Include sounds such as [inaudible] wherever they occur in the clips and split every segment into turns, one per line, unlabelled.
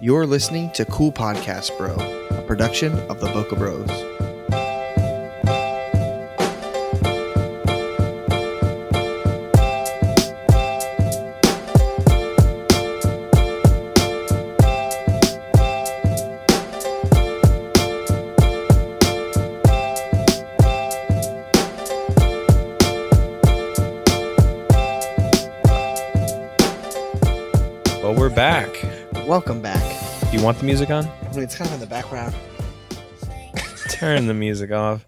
You're listening to Cool Podcast Bro, a production of the Book of Bros.
Well, we're back.
Welcome back.
Do you want the music on?
I mean, it's kind of in the background.
Turn the music off.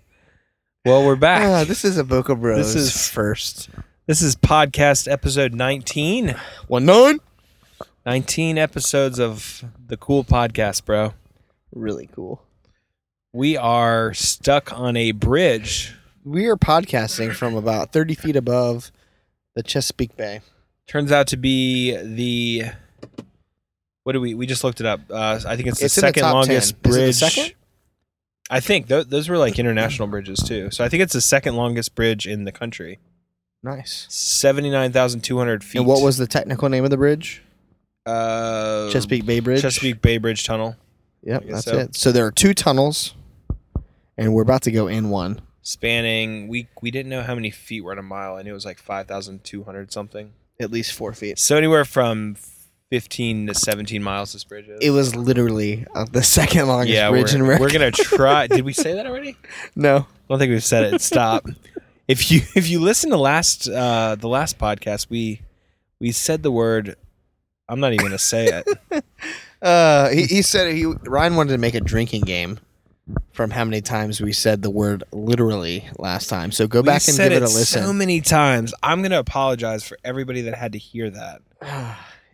Well, we're back.
Ah, this is a Book of Bros.
This is-
first.
this is podcast episode 19.
One nine.
19 episodes of the cool podcast, bro.
Really cool.
We are stuck on a bridge.
We are podcasting from about 30 feet above the Chesapeake Bay.
Turns out to be the what do we we just looked it up. Uh, I think it's the
It's in the
second
top
longest
10. Is it the
bridge.
second?
I think th- those were like international bridges too. So I think it's the second longest bridge in the country.
Nice.
79,200 feet.
And what was the technical name of the bridge?
uh,
Chesapeake Bay Bridge.
Chesapeake Bay Bridge Tunnel.
Yep,
I
that's
guess so.
it. So there are two tunnels, and we're about to go in one.
spanning we we didn't know how many feet were in a mile and it was like 5200 something
At least four feet.
so anywhere from 15 to 17 miles this bridge is
It was literally uh, the [laughs] second longest
yeah
bridge
we're,
in record.
we're gonna try did we say that already i
[laughs] no.
don't think we've said it stop if you if you listen to last uh the last podcast we we said the word i'm not even gonna say
[laughs]
it
Uh, he, he said he Ryan wanted to make a drinking game from how many times we said the word literally last time. So go
We
back and
said
give it a
it
[sighs]
so [sighs]
listen.
many times i'm gonna apologize for everybody that had to hear that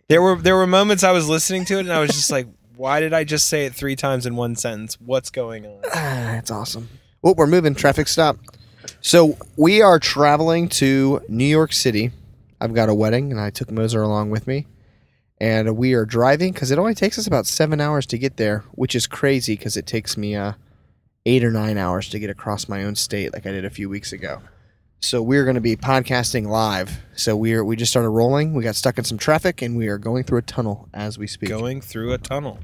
There were there were moments I was listening to it and I was just like, [laughs] why did I just say it three times in one sentence? What's going on?
Ah, [sighs] That's awesome. Well, we're moving. Traffic stop. So we are traveling to New York City. I've got a wedding, and I took Moser along with me. And we are driving because it only takes us about seven hours to get there, which is crazy because it takes me uh, eight or nine hours to get across my own state, like I did a few weeks ago. So we're going to be podcasting live. So we are we just started rolling. We got stuck in some traffic, and we are going through a tunnel as we speak.
Going through a tunnel.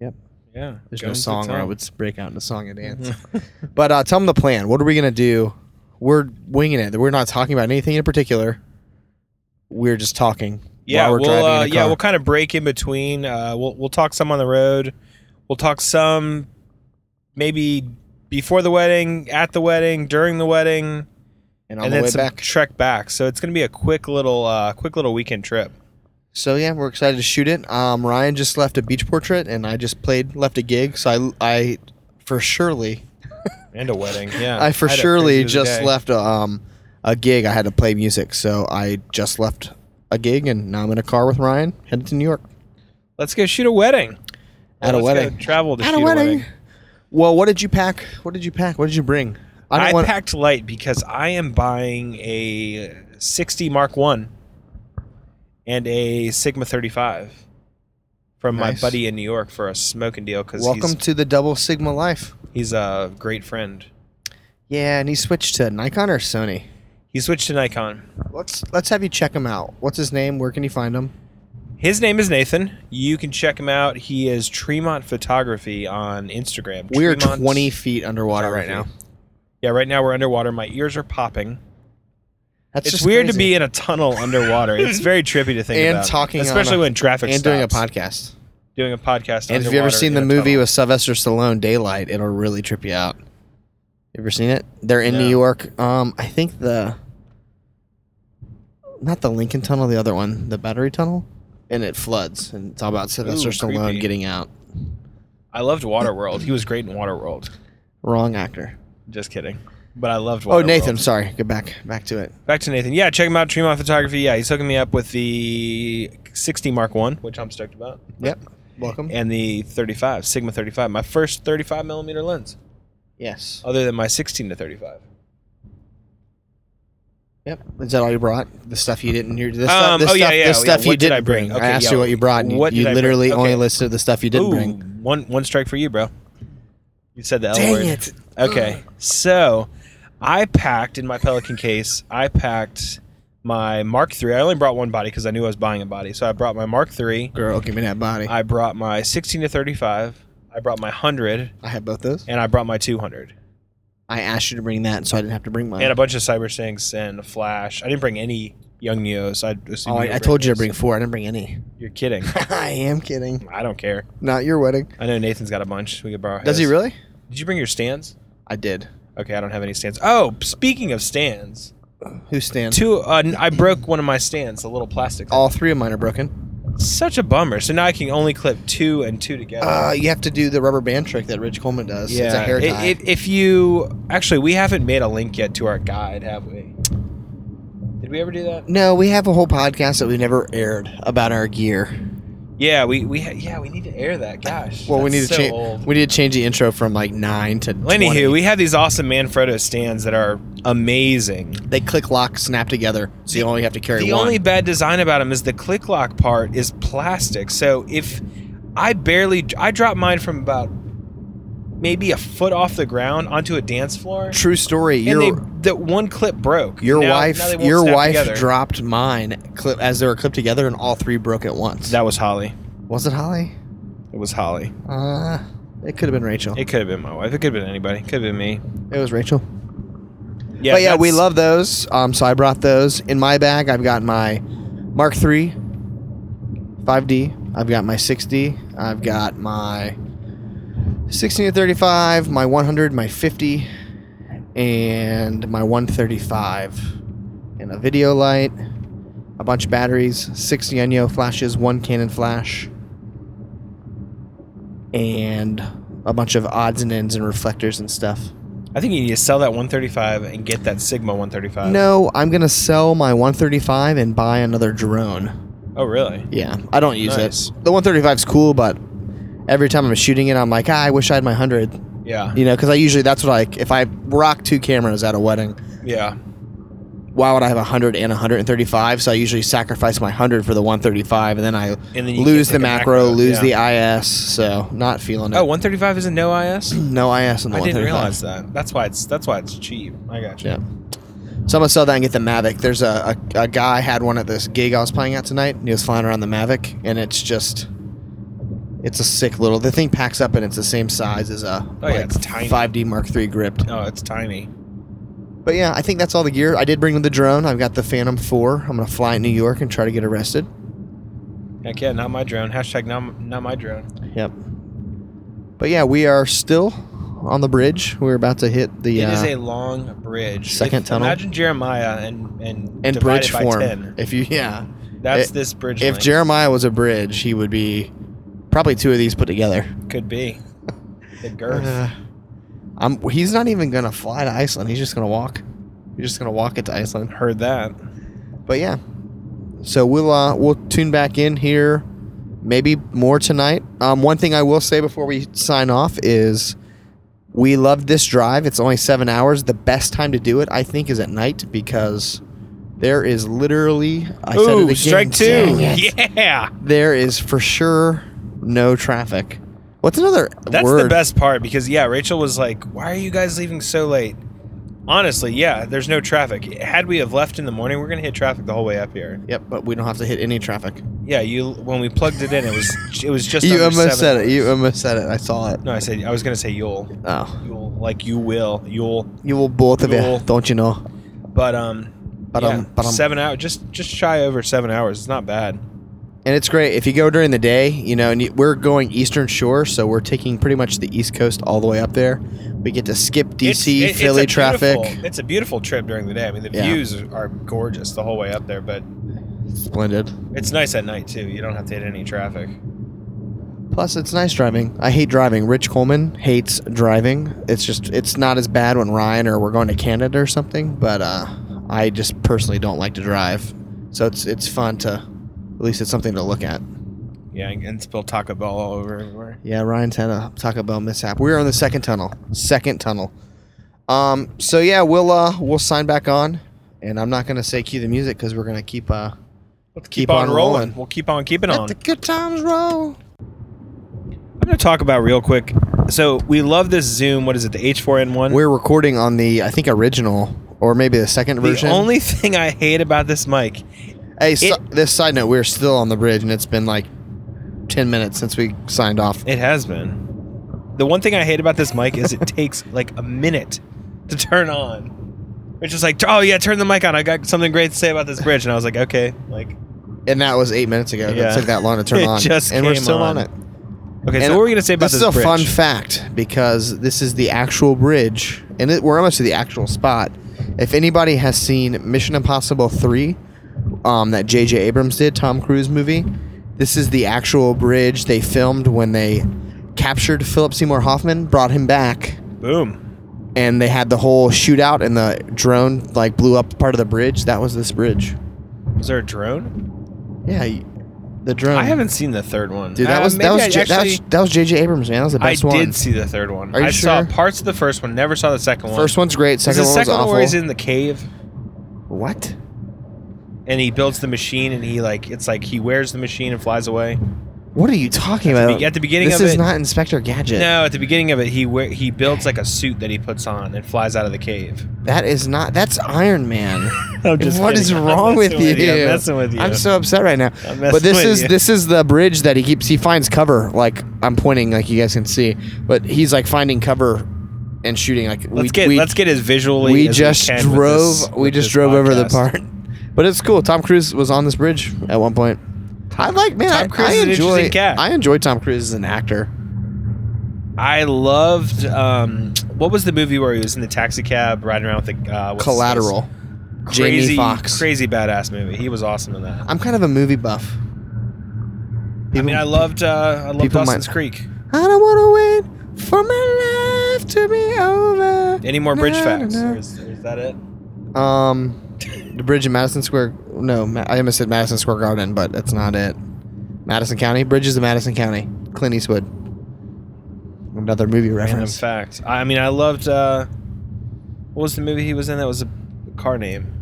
Yep.
Yeah.
There's
going
no
through
song, or I
tunnel.
would break out into song and
[laughs]
dance. [laughs] But uh, tell them the plan. What are we gonna do? We're winging it. We're not talking about anything in particular. We're just talking.
yeah,
while we're
we'll
driving
uh,
in a
yeah,
car.
we'll kind of break in between. Uh, we'll we'll talk some on the road. We'll talk some maybe before the wedding, at the wedding, during the wedding,
and on
and
the
then
way
some
back.
trek back. So it's gonna be a quick little uh, quick little weekend trip.
So yeah, we're excited to shoot it. Um, Ryan just left a beach portrait, and I just played left a gig. So I, I for surely,
And a wedding. Yeah.
I for
Uh, Had a
surely
crazy
just
day.
left a, um a gig. I had to play music, so I just left a gig, and now I'm in a car with Ryan headed to New York.
Let's go shoot a wedding.
At a
Let's go
wedding.
travel to
At a
shoot
wedding.
a wedding.
Well, what did you pack? What did you pack? What did you bring? I
I,
don't want.
packed light because I am buying a 60 Mark One and a Sigma 35 from
Nice.
my buddy in New York for a smoking deal because
Welcome
he's,
to the double sigma life.
he's a great friend.
Yeah, and he switched to Nikon or Sony.
He switched to Nikon.
Let's let's have you check him out. What's his name? Where can you find him?
His name is Nathan. You can check him out. He is Tremont Photography on Instagram.
We are
Tremont
20 feet underwater right now.
Photography. Yeah, right now we're underwater. My ears are popping.
That's
It's
just
weird to
crazy.
be in a tunnel
[laughs]
underwater. It's very trippy to think
And
about,
talking on
especially
a-
when traffic
and doing a
stops.
podcast.
doing a podcast.
And if you've ever
underwater
seen
in
the
a
movie
tunnel.
with Sylvester Stallone, Daylight, it'll really trip you out. You ever seen it? They're in New
No.
York. Um, I think the not the Lincoln Tunnel, the other one, the Battery Tunnel, and it floods, and it's all about Sylvester
Ooh,
Stallone
creepy.
getting out.
I loved Waterworld. He was great in Waterworld.
Wrong actor.
Just kidding. But I loved Waterworld.
Oh, Nathan. Sorry. Get back back to it.
Back to Nathan. Yeah, check him out. Tremont Photography. Yeah, he's hooking me up with the 60 Mark One, which I'm stoked about,
Yep. Welcome.
and the 35 Sigma 35, my first 35 millimeter lens,
Yes.
other than my 16 to 35.
Yep. Is that all you brought? The stuff you didn't. Your, the stuff,
Um,
the
oh,
stuff,
yeah, yeah,
the
yeah.
stuff you
What did I
didn't bring.
bring?
I
Okay,
asked
yeah.
you what you brought. And you-
What
you
did I bring?
literally only
Okay.
listed the stuff you didn't
Ooh,
bring.
one one strike for you, bro. You said the L
Dang
word.
it.
Okay, so I packed in my Pelican case. I packed my Mark III. I only brought one body because I knew I was buying a body. So I brought my Mark III.
Girl, give me that body. I,
I brought my 16 to 35. I brought my 100,
have both those.
and I brought my 200,
I asked you to bring that, so I didn't have to bring mine.
and a bunch of Cyber Sinks and a Flash. I didn't bring any Young Neos. I,
oh,
assume
I,
you
I told you to
those.
bring four. I didn't bring any. [laughs]
You're kidding.
I am kidding.
I don't care.
Not your wedding.
I know Nathan's got a bunch. We could borrow.
Does he
his.
really?
Did you bring your stands?
I did.
Okay, I don't have any stands. Oh, speaking of stands,
Who stands?
two. Uh, n- I broke one of my stands, the little plastic.
All three of mine are broken.
Such a bummer. So now I can only clip two and two together.
Uh, you have to do the rubber band trick that Rich Coleman does.
yeah.
It's a hair
i-
tie.
i- if you actually, we haven't made a link yet to our guide, have we? Did we ever do that?
no, we have a whole podcast that we never aired about our gear.
Yeah, we we ha- yeah we need to air that. Gosh.
Well, we
that's
need to
so
change. [laughs]
old.
We need to change the intro from like nine to.
Well, Anywho,
20.
we have these awesome Manfrotto stands that are amazing.
they click lock snap together, so you only have to carry
The
one.
only bad design about them is the click lock part is plastic. So if I barely, I dropped mine from about maybe a foot off the ground onto a dance floor,
True story.
and
Your
they, that one clip broke.
your
Now- now
wife
they won't
your
snap
wife
together.
dropped mine clip as they were clipped together, and all three broke at once.
That was Holly.
was it Holly?
It was Holly.
Uh, it could have been Rachel. It,
It could have been my wife. It could have been anybody. Could have been me.
was Rachel.
Yeah,
but yeah, we
that's-
love those. Um, so I brought those in my bag. I've got my Mark III, 5D. I've got my 6D. I've got my 16 to 35, my 100, my 50, and my 135, and a video light, a bunch of batteries, 60 Enyo flashes, one Canon flash, and a bunch of odds and ends and reflectors and stuff.
I think you need to sell that 135 and get that Sigma 135.
No, I'm gonna sell my 135 and buy another drone.
Oh, really?
Yeah, I don't use
Nice.
it. The 135's cool, but every time I'm shooting it, I'm like, ah, I wish I had my 100.
Yeah.
You know, because I usually that's what I if I rock two cameras at a wedding,
Yeah.
why would I have 100 and 135? So I usually sacrifice my 100 for the 135, and then I
And then you
lose
get
the
like a
macro, lose
yeah.
the IS. So not feeling it.
Oh, 135 is a no
[clears throat]
IS.
no IS in the
I
135.
didn't realize that. That's why it's that's why it's cheap. I got you.
Yeah. So I'm gonna sell that and get the Mavic. There's a, a, a guy had one at this gig I was playing at tonight, and he was flying around the Mavic, and it's just, it's a sick little. The thing packs up, and it's the same size as a
Oh, yeah, it's tiny.
5D Mark III gripped.
Oh, it's tiny.
But yeah, I think that's all the gear. I did bring the drone. I've got the Phantom 4. I'm gonna fly it New York and try to get arrested.
Heck yeah, not my drone. Hashtag not, not my drone.
Yep. But yeah, we are still on the bridge. We're about to hit the
It is
uh,
a long bridge.
Second tunnel?
Imagine Jeremiah and and,
and
divided
bridge
by
form.
10.
If you yeah,
That's
It-
this bridge.
if
length.
Jeremiah was a bridge, he would be probably two of these put together.
could be the girth.
Uh, I'm, he's not even gonna fly to Iceland. He's just gonna walk. He's just gonna walk it to Iceland.
Heard that.
But yeah, so we'll uh, we'll tune back in here, maybe more tonight. Um, one thing I will say before we sign off is, we love this drive. It's only seven hours. The best time to do it, I think, is at night because there is literally I said it
Ooh,
again,
strike two.
dang it.
[laughs] Yeah,
There is for sure no traffic. What's another
that's
word?
the best part because yeah, Rachel was like, "Why are you guys leaving so late?" Honestly, yeah, there's no traffic. Had we have left in the morning, we're gonna hit traffic the whole way up here.
Yep, but we don't have to hit any traffic.
Yeah, you when we plugged it in, it was it was
[laughs]
just.
you
under
almost said
seven
it. You
hours.
almost said it. I saw it.
No, I said I was gonna say you'll,
Oh,
you'll like you will, you'll.
you will both of
Cool.
you, don't you know?
But um,
But
yeah,
um, but um,
seven hours, just just shy over seven hours. It's not bad.
and it's great if you go during the day. You know, and you, we're going Eastern Shore, so we're taking pretty much the East Coast all the way up there. We get to skip
It's-
DC,
it- it's
Philly
a beautiful-
traffic.
It's a beautiful trip during the day. I mean, the
Yeah.
views are gorgeous the whole way up there, but
Splendid.
it's nice at night too. You don't have to hit any traffic.
Plus, it's nice driving. I hate driving. Rich Coleman hates driving. It's just it's not as bad when Ryan or we're going to Canada or something. But uh, I just personally don't like to drive, so it's it's fun to at least it's something to look at.
Yeah, and, and spill Taco Bell all over everywhere.
Yeah, Ryan's had a Taco Bell mishap. We are on the second tunnel. Second tunnel. Um. So yeah, we'll uh we'll sign back on, and I'm not gonna say cue the music because we're gonna keep uh
Let's
keep on rolling.
We'll keep on keeping
let
on.
the good times roll.
I'm going to talk about real quick. So we love this Zoom. What is it? The H4N1.
We're recording on the I think original or maybe the second version.
The only [laughs] thing I hate about this mic,
hey, si- this side note: we're still on the bridge, and it's been like ten minutes since we signed off.
it has been. The one thing I hate about this mic
[laughs]
is it takes like a minute to turn on. It's just like, oh yeah, turn the mic on. I got something great to say about this bridge, and I was like, okay, like
And that was eight minutes ago.
Yeah.
It took that long to turn
[laughs] It
on.
just
and we're
came
still
on.
on it.
okay.
And
so what were we gonna say about
This
this
is a
bridge?
fun fact because this is the actual bridge, and it, we're almost to the actual spot. If anybody has seen Mission Impossible Three, um, that J.J. Abrams did, Tom Cruise movie, this is the actual bridge they filmed when they captured Philip Seymour Hoffman, brought him back,
Boom.
and they had the whole shootout, and the drone like blew up part of the bridge. That was this bridge.
Was there a drone?
Yeah, y- the drone.
I haven't seen the third one.
Dude, that
Uh,
was
maybe
that was,
I
J- that was
actually-
that was J.J. Abrams, man. That was the
I
best one.
did see the third one.
Are you
I saw
sure?
parts of the first one. Never saw the second one.
First one's great.
Is
Second
the
one was
second
awful.
one where he's in the cave
What?
and he builds the machine and he like it's like he wears the machine and flies away.
What are you talking
the
about?
be- at the beginning
this
of
is
it-
not Inspector Gadget.
No, at the beginning of it, he wear, he builds like a suit that he puts on and flies out of the cave.
That is not. That's Iron
[laughs]
Man.
I'm
What is wrong with you?
I'm messing with you.
I'm so upset right now.
I'm messing
But this
with
is
you.
this is the bridge that he keeps. He finds cover. Like I'm pointing, like you guys can see. But he's like finding cover and shooting. Like
Let's
we,
get
we,
let's get as visually.
we
as
just
we can with
drove.
this-
we
with
just
this
drove over the
podcast.
part. But it's cool. Tom Cruise was on this bridge at one point. I like man.
Tom
I,
Cruise
I
is an
enjoy.
interesting cat.
I enjoy Tom Cruise as an actor.
I loved. Um, what was the movie where he was in the taxi cab riding around with the uh, what's his face?
Collateral. Jamie
Crazy,
Foxx.
crazy badass movie. He was awesome in that.
I'm kind of a movie buff.
I mean, I loved uh, I loved
people might-
Dawson's Creek.
I don't want to wait for my life to be over.
Any more bridge
Na, na,
facts?
na.
Or is, is that it?
Um, the bridge in Madison Square. No, Ma- I almost said Madison Square Garden, but that's not it. Madison County bridges in Madison County. Clint Eastwood. Another movie
Random
reference.
fact. I mean, I loved. Uh, what was the movie he was in? That was a car name.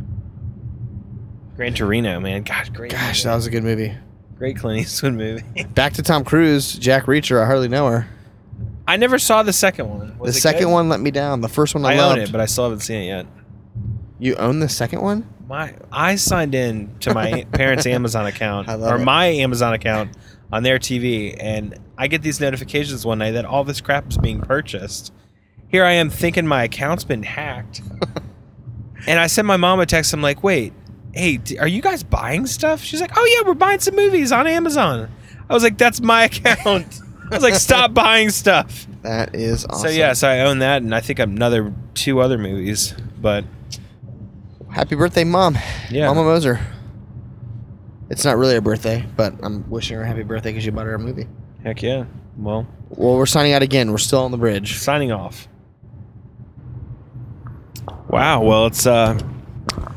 Gran Torino, man. God, great.
Gosh,
movie.
that was a good movie.
great Clint Eastwood movie. [laughs]
Back to Tom Cruise, Jack Reacher. I hardly know her.
I never saw the second one. Was
the
it
second
good?
one let me down. The first one I,
I
loved.
own it, but I still haven't seen it yet.
you own the second one?
My, I signed in
[laughs]
to my parents' Amazon account
I love
or
it.
my Amazon account on their TV, and I get these notifications one night that all this crap is being purchased. Here I am thinking my account's
[laughs]
been hacked, and I send my mom a text. I'm like, "Wait, hey, d- are you guys buying stuff?" She's like, "Oh yeah, we're buying some movies on Amazon." I was like, "That's my [laughs] account." I was
[laughs]
like, "Stop buying stuff."
That is awesome.
So yeah, so I own that, and I think another two other movies. But
Happy birthday, mom.
yeah,
Mama Moser. It's not really her birthday, but I'm wishing her happy birthday because you bought her a movie.
heck yeah. Well,
Well, we're signing out again. We're still on the bridge.
signing off. Wow. Well, it's uh,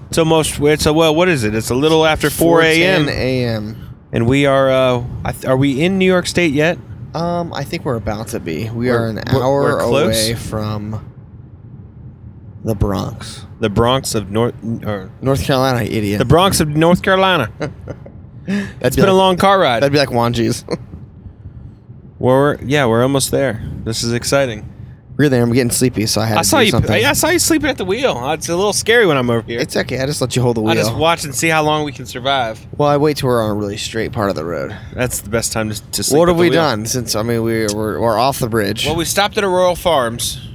it's almost it's a well, what is it? It's a little after four
4:10
a.m.
a.m.
and we are uh, I th- are we in New York State yet?
Um, I think we're about to be. We
We're-
are an
we're-
hour
we're close.
away from the Bronx,
The Bronx of North or
North Carolina, you idiot.
the Bronx of North Carolina.
That's
It's been a long car ride.
That'd be like Wanji's. [laughs]
We're yeah, we're almost there. This is exciting.
we're there. I'm getting sleepy, so I had to
I saw
do
you.
something.
I, I saw you sleeping at the wheel. Uh, It's a little scary when I'm over here.
it's okay. I just let you hold the
I'll
wheel.
just watch and see how long we can survive.
well, I wait till we're on a really straight part of the road.
That's the best time to, to sleep.
What
at
have
the
we
wheel.
done since? I mean, we we're, we're off the bridge.
Well, we stopped at a Royal Farms,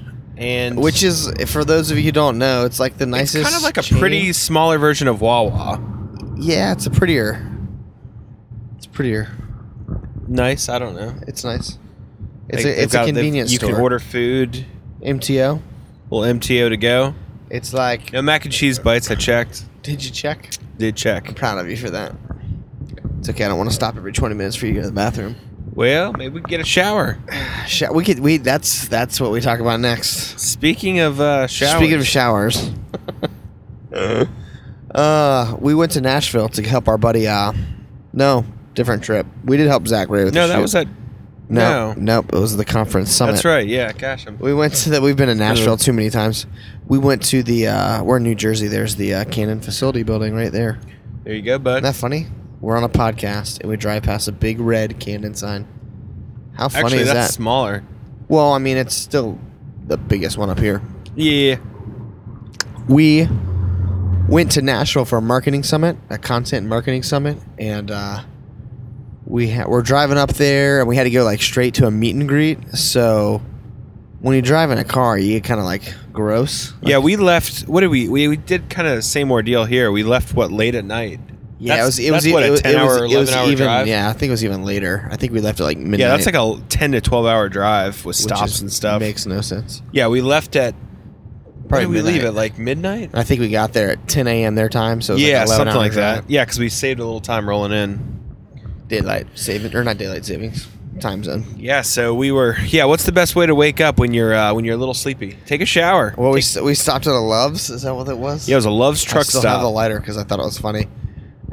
[laughs]
and
Which is, for those of you who don't know, it's like the
it's
nicest.
kind of like a
chain.
pretty smaller version of Wawa.
Yeah, it's a prettier. It's prettier.
Nice. I don't know.
It's nice. It's
They-
a
they've
it's
got-
a
they've-
convenience
You
store.
can order food.
MTO.
Little MTO to go.
It's like.
No mac and cheese bites. I checked.
Did you check?
Did
I'm
check.
proud of you for that. It's okay. I don't want to stop every 20 minutes for you to go to the bathroom.
Well, maybe we can get a shower.
Sho- we could. We that's that's what we talk about next.
Speaking of uh, showers,
Speaking of showers. [laughs] Uh, we went to Nashville to help our buddy. Uh, no, different trip. We did help Zach Ray with
no,
the
that
shoot.
was at
No,
no.
nope. It was the conference summit.
That's right. Uh-huh. Yeah. Gosh, I'm
We went to that. We've been in Nashville too many times. We went to the. Uh, we're in New Jersey. There's the uh, Cannon Facility Building right there. Isn't
there. You go, bud.
that funny? We're on a podcast and we drive past a big red Cannon sign. How funny
Actually,
is
that's
that?
smaller.
Well, I mean, it's still the biggest one up here.
Yeah.
we went to Nashville for a marketing summit, a content marketing summit, and uh, we ha- were driving up there, and we had to go like straight to a meet and greet. So when you drive in a car, you get kind of like gross. Like,
yeah, we left. What did we? We, we did kind of the same ordeal here. We left what late at night.
yeah, it
that's-
was it
that's
was e-
what, a
it was- it
10
was-
hour,
it was
11 hour
even
drive?
yeah, I think it was even later. I think we left at like midnight.
Yeah, that's like a ten to twelve hour drive with
which
stops
is-
and stuff.
Makes no sense.
yeah, we left at.
Probably
Probably we leave
midnight.
at like midnight.
I think we got there at 10 a.m. their time, so it was
yeah,
like 11
something
hour
like that.
drive.
Yeah, because we saved a little time rolling in.
Daylight saving or not daylight savings time zone.
Yeah, so we were. Yeah, what's the best way to wake up when you're uh, when you're a little sleepy? Take a shower.
Well, we,
Take-
s- we stopped at a Love's. Is that what it was?
yeah, it was a Love's
I
truck
still
stop.
have the lighter because I thought it was funny.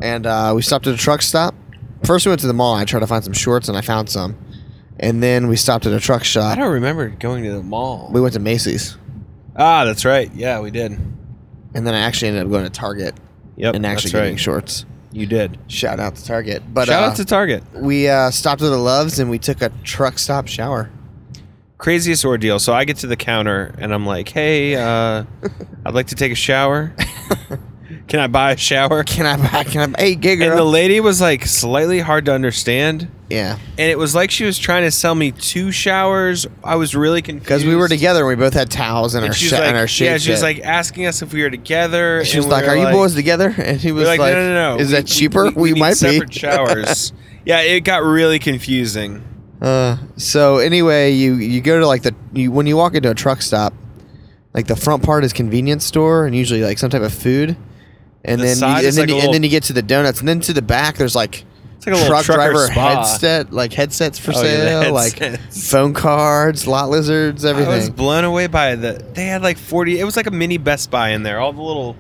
And uh, we stopped at a truck stop. First, we went to the mall. I tried to find some shorts, and I found some. And then we stopped at a truck
I
shop.
don't remember going to the mall.
We went to Macy's,
ah, that's right. Yeah, we did.
and then I actually ended up going to Target
Yep,
and actually
that's right.
getting shorts.
You did.
Shout out to Target. But
Shout
uh,
out to Target.
we uh, stopped at the Love's and we took a truck stop shower. [laughs]
Craziest ordeal. So I get to the counter and I'm like,
[laughs]
"Hey, uh, I'd like to take a shower. Can I buy a shower?"
Can I buy? Can I? Hey,
And the
Giga.
lady was like slightly hard to understand,
Yeah,
and it was like she was trying to sell me two showers. I was really confused
because we were together and we both had towels and,
And
our
she's
shit
like,
and our shit.
yeah, she was like asking us if we were together.
She was
and we
like,
were
"Are you boys together?" And he
we
was
were
like,
"No, no, no.
"Is
we-
that cheaper? We,
need
might be." [laughs]
separate showers." yeah, it got really confusing.
Uh, so anyway, you you go to like the you, when you walk into a truck stop, like the front part is convenience store and usually like some type of food, and
The
then you,
side
and
is
then
like a
you, and
little-
then you get to the donuts, and then to the back there's like,
It's like a little
truck
trucker
driver
spa.
headset like headsets for
Oh, yeah,
sale,
the
like
headsets.
phone cards, lot lizards,
I was
everything.
blown away by the. They had like forty. It was like a mini Best Buy in there. All the little,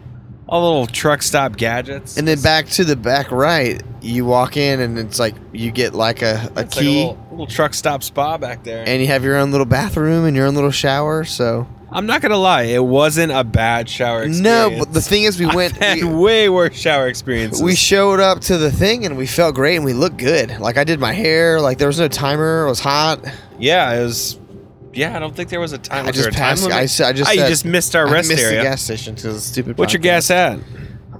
all the little truck stop gadgets.
And then back to the back right, you walk in and it's like you get like a, a
It's like a
key.
little, little truck stop spa back there.
and you have your own little bathroom and your own little shower. So
I'm not gonna lie, it wasn't a bad shower experience.
no, but the thing is,
[laughs]
we
I've
went.
had
we-
way worse shower experiences.
we showed up to the thing and we felt great and we looked good. Like I did my hair, like there was no timer. It was hot.
yeah, it was. Yeah, I don't think there was a time.
I
was there
just
a time
passed.
limit?
I, s- I just.
oh, you
said-
just missed our
I
rest
missed
area.
the gas station because it's stupid.
What's your
podcast.
gas at?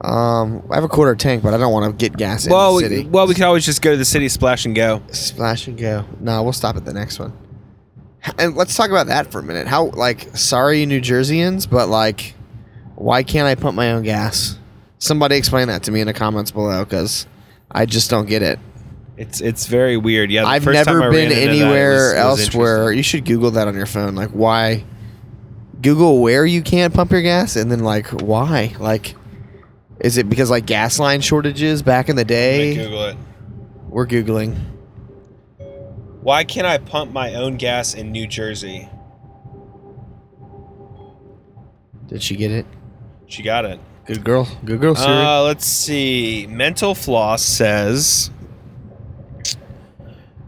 Um, I have a quarter tank, but I don't want to get gas in
Well,
the
we,
city.
well, we could always just go to the city, splash and go.
Splash and go. No, we'll stop at the next one. And let's talk about that for a minute. How like sorry New Jerseyans, but like, why can't I pump my own gas? Somebody explain that to me in the comments below because I just don't get it.
It's it's very weird. Yeah, the
I've
first time I
never
ran
been
into that, it
anywhere
was- it was
else where you should Google that on your phone. Like, why? Google where you can't pump your gas, and then like, why? Like, is it because like gas line shortages back in the
interesting.
day?
Google it.
We're googling.
Why can't I pump my own gas in New Jersey?
Did she get it?
She got it.
Good girl. Good girl, Oh, Siri.
Uh, let's see. Mental Floss says.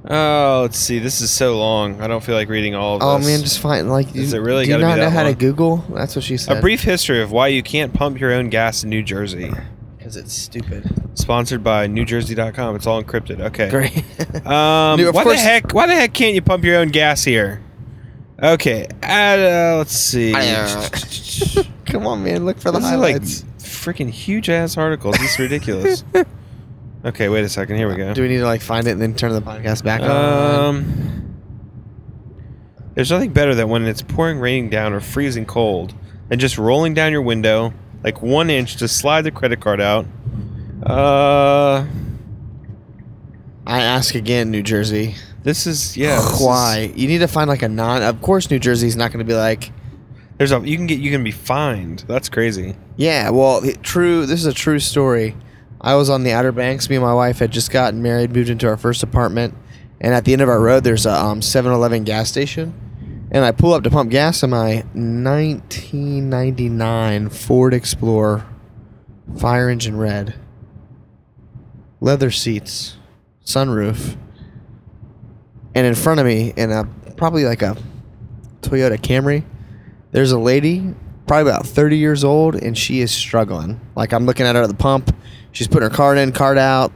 Oh, let's see. This is so long. I don't feel like reading all of
oh
this.
man, just fine. Like,
Is
you-
it really
do you
gotta be
not know
that
how to
long?
Google? That's what she
A
said.
brief history of why you can't pump your own gas in New Jersey.
because it's stupid. [laughs]
Sponsored by NewJersey.com. It's all encrypted. Okay.
Great.
Um,
Dude, of
why
course-
the heck? Why the heck can't you pump your own gas here? Okay, uh, let's see.
uh, [laughs] Come on, man. Look for the
this is like
highlights.
freaking huge ass articles. This
[laughs]
is ridiculous. okay, wait a second. Here we go.
do we need to like find it and then turn the podcast back on?
Um, there's nothing better than when it's pouring raining down or freezing cold, and just rolling down your window like one inch to slide the credit card out. Uh,
I ask again, New Jersey.
this is yeah. this is-
Why? You need to find like a non. Of course, New Jersey's not going to be like,
There's a you can get you can be fined. That's crazy.
yeah, well, it- true. This is a true story. I was on the Outer Banks. Me and my wife had just gotten married, moved into our first apartment, and at the end of our road, there's a um, 7-Eleven gas station. And I pull up to pump gas in my 1999 Ford Explorer, fire engine red, leather seats, sunroof, and in front of me, in a probably like a Toyota Camry, there's a lady, probably about 30 years old, and she is struggling. Like I'm looking at her at the pump, she's putting her card in, card out,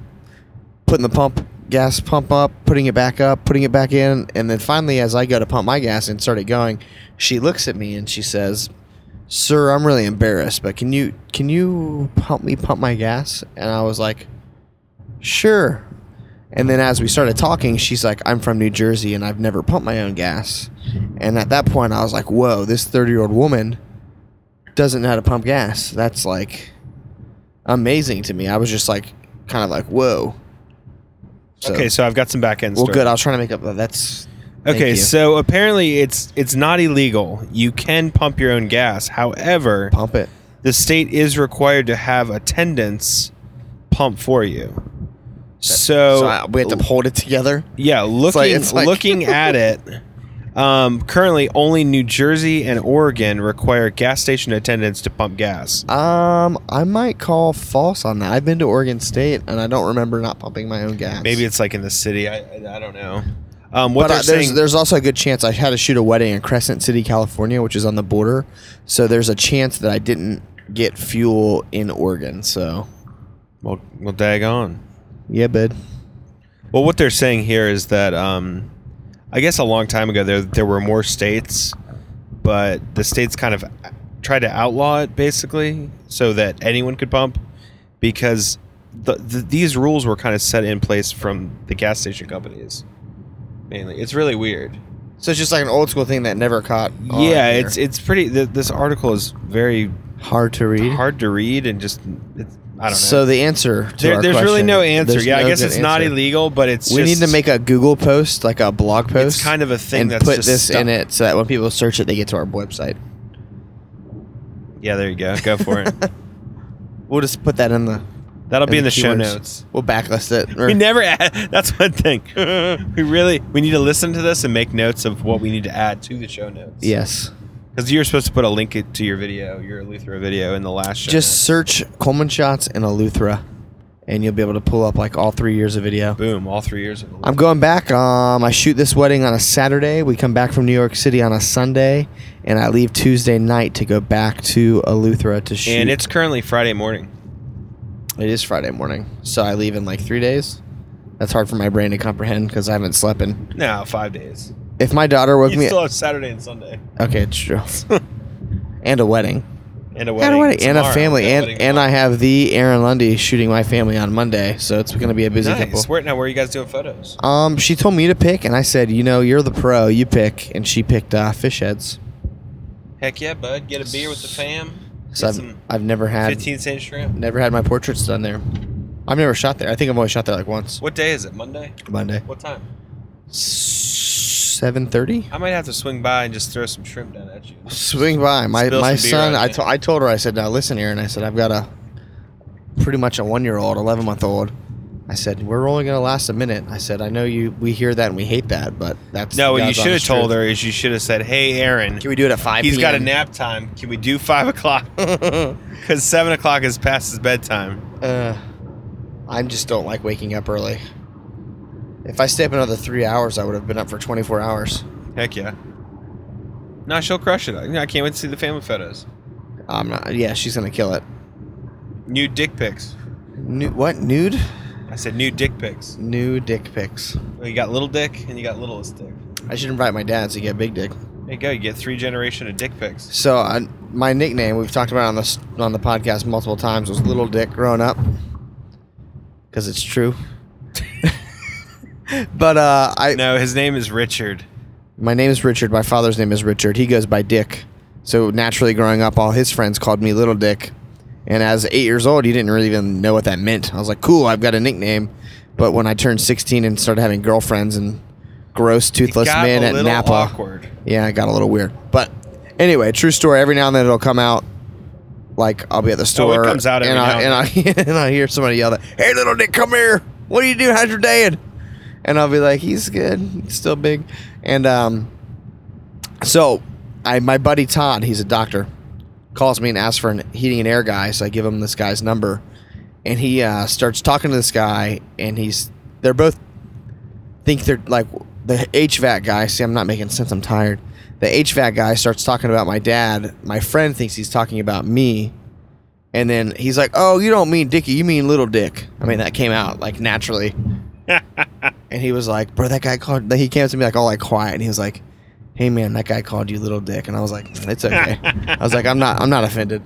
putting the pump gas pump up, putting it back up, putting it back in, and then finally, as I go to pump my gas and start it going, she looks at me and she says, "Sir, I'm really embarrassed, but can you can you help me pump my gas?" And I was like, "Sure." And then as we started talking, she's like, "I'm from New Jersey and I've never pumped my own gas." And at that point, I was like, "Whoa, this 30-year-old woman doesn't know how to pump gas." That's like amazing to me. I was just like kind of like, "Whoa." So,
okay, so I've got some back end.
well, good. I was trying to make up that. That's thank
Okay,
you.
so apparently it's it's not illegal. You can pump your own gas. However,
pump it.
the state is required to have attendants pump for you. So, Oh,
So I- we had to hold it together.
yeah, looking
it's like- [laughs]
looking at it, um, currently only New Jersey and Oregon require gas station attendants to pump gas.
Um, I might call false on that. I've been to Oregon State and I don't remember not pumping my own gas.
Maybe it's like in the city. I I, I don't know. Um,
but
what
uh,
they're
there's
saying,
there's also a good chance I had to shoot a wedding in Crescent City, California, which is on the border. So there's a chance that I didn't get fuel in Oregon. So
well, well, dag on.
yeah, bud.
Well, what they're saying here is that um, I guess a long time ago there there were more states, but the states kind of uh, tried to outlaw it basically so that anyone could pump because the, the, these rules were kind of set in place from the gas station companies mainly. It's really weird.
So it's just like an old school thing that never caught. on
yeah,
here.
it's it's pretty. Th- this article is very
hard to read.
hard to read and just it's, I don't know.
So the answer to
There-
our
there's really
question-
no answer.
there's
Yeah,
no
I guess
good
it's not
answer.
illegal, but it's
We
just-
need to make a Google post, like a blog post.
it's kind of a thing
and
that's
put
just
this
stuck.
in it so that when people search it, they get to our website.
Yeah, there you go. Go
[laughs]
for it.
We'll just put that in the.
That'll be in
And
the
the
show
keywords.
notes.
We'll backlist it. or-
We never add. [laughs] That's
[laughs]
one thing. we really we need to listen to this and make notes of what we need to add to the show notes.
yes.
because you're supposed to put a link it- to your video, your Luthra video, in the last show.
Just search Coleman shots and Eleuthera, and you'll be able to pull up like all three years of video.
note. boom, all three years. Of the
I'm going back. Um, I shoot this wedding on a Saturday. We come back from New York City on a Sunday, and I leave Tuesday night to go back to Eleuthera to shoot.
and it's currently Friday morning.
it is Friday morning, so I leave in like three days. That's hard for my brain to comprehend because I haven't slept in.
No, five days.
If my daughter woke
You
me,
still have Saturday and
[laughs]
Sunday, [laughs]
okay, it's true. and a wedding.
and a
Got
wedding,
a wedding and a
tomorrow.
family,
Got a
and
wedding
and I
tomorrow.
have the Aaron Lundy shooting my family on Monday, so it's going to be a busy couple.
nice. Where now? Where are you guys doing photos?
Um, she told me to pick, and I said, you know, you're the pro, you pick, and she picked uh, fish heads.
Heck yeah, bud! Get a beer with the fam.
So
Get
I've,
some
I've never had
15 cent shrimp.
never had my portraits done there. I've never shot there. I think I've only shot there like once.
What day is it? Monday.
Monday,
What time?
seven thirty.
I might have to swing by and just throw some shrimp down at you.
Swing by. My
Spill
my
some beer
son.
on
I
me.
to- I told her. I said, now listen, Aaron. I said, I've got a pretty much a one year old, eleven month old. I said, we're only gonna last a minute. I said, I know you. We hear that and we hate that, but that's
No,
the
what you
God's
should have
honest
told
truth."
her is you should have said, "Hey, Aaron,
Can we do it at five?
he's got a
PM?
nap time. Can we do five o'clock? [laughs]
[laughs]
Because seven o'clock is past his bedtime."
Uh, I just don't like waking up early. If I stay up another three hours, I would have been up for 24 hours.
Heck yeah. No, she'll crush it. I I can't wait to see the family photos.
I'm not. Yeah, she's gonna kill it.
New dick pics.
Nude? What? Nude?
I said new dick pics.
New dick pics.
You got little dick and you got littlest dick.
I should invite my dad so you get big dick.
There you go. You get three generation of dick pics.
So I, my nickname we've talked about it on this on the podcast multiple times was Little Dick growing up, because it's true. [laughs] but uh, I
No, his name is Richard.
My name is Richard. My father's name is Richard. He goes by Dick. So naturally, growing up, all his friends called me Little Dick. And as eight years old, you didn't really even know what that meant. I was like, cool, I've got a nickname. But when I turned 16 and started having girlfriends and gross,
It
toothless
got
men
a
at
little
Napa,
awkward.
yeah, it got a little weird. But anyway, true story. Every now and then it'll come out. Like I'll be at the store,
Oh, comes out every
and, I,
now
and, I, [laughs] and I hear somebody yell, that, "Hey, little Dick, come here! What are you doing? How's your dad?" And I'll be like, "He's good. He's still big." And um, so I my buddy Todd, he's a doctor, calls me and asks for an heating and air guy. So I give him this guy's number, and he uh, starts talking to this guy, and he's they're both think they're like the HVAC guy. See, I'm not making sense. I'm tired. The HVAC guy starts talking about my dad. My friend thinks he's talking about me. And then he's like, "Oh, you don't mean Dickie, you mean Little Dick." I mean, that came out like naturally. and he was like, "Bro, that guy called." He came up to me like all like quiet, and he was like, "Hey man, that guy called you little dick," and I was like, "It's okay." I was like, "I'm not. I'm not offended."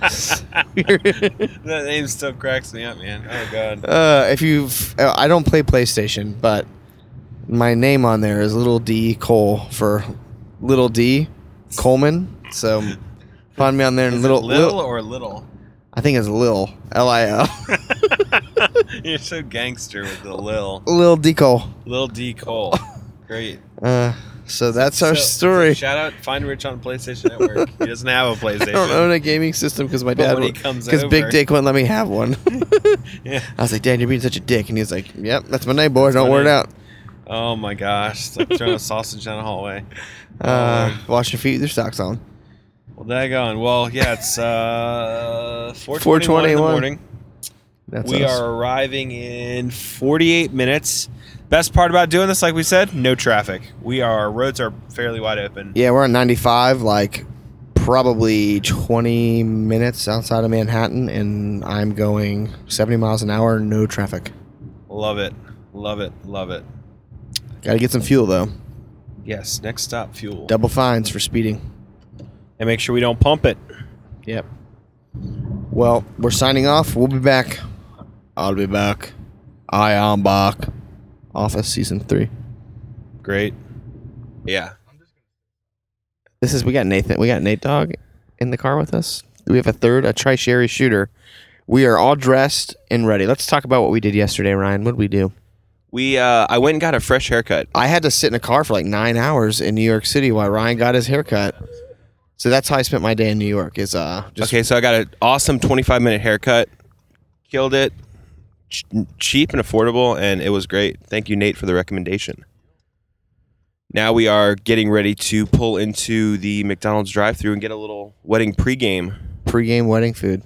that name still cracks me up, man. Oh god.
Uh, if you've, uh, I don't play PlayStation, but my name on there is Little D Cole for Little D Coleman. So find me on there and
Is
little,
it Lil [laughs]
Lil-
or little?
I think it's Lil L I L
You're so gangster with the Lil.
Lil D Cole.
Lil
[laughs]
D Cole. Great.
Uh, so that's our
So,
story.
Shout out Find Rich on PlayStation
[laughs]
Network. he doesn't have a PlayStation.
I don't own a gaming system because my
But
dad
when he
would-
comes
Because Big
over-
Dick wouldn't let me have one.
[laughs] Yeah.
[laughs] I was like, Dad, you're being such a dick. And he was like, Yep, that's my name, boy.
That's
Don't
my
wear it
name.
out.
Oh my gosh. It's like throwing a sausage down a hallway.
Uh,
Um,
wash your feet with your socks on.
Well, daggone. Well, yeah, it's uh, 421, in the
4:21.
morning.
That's
we
us.
are arriving in 48 minutes. Best part about doing this, like we said, no traffic. We are roads are fairly wide open.
Yeah, we're on 95, like probably 20 minutes outside of Manhattan, and I'm going 70 miles an hour, no traffic.
Love it, love it, love it.
Gotta get some fuel, though.
Yes. Next stop, fuel,
Double fines for speeding.
and make sure we don't pump it.
Yep. Well, we're signing off. We'll be back. I'll be back. I am back. Office Season 3.
Great. Yeah.
This is we got Nathan. We got Nate Dog in the car with us. We have a third, a tri sherry shooter. We are all dressed and ready. Let's talk about what we did yesterday, Ryan. What did we do?
We uh, I went and got a fresh haircut.
I had to sit in a car for like nine hours in New York City while Ryan got his haircut. So that's how I spent my day in New York. Is uh just
Okay, so I got an awesome 25 minute haircut. Killed it. Ch- cheap and affordable, and it was great. Thank you, Nate, for the recommendation. Now we are getting ready to pull into the McDonald's drive through and get a little wedding pregame.
pregame wedding food.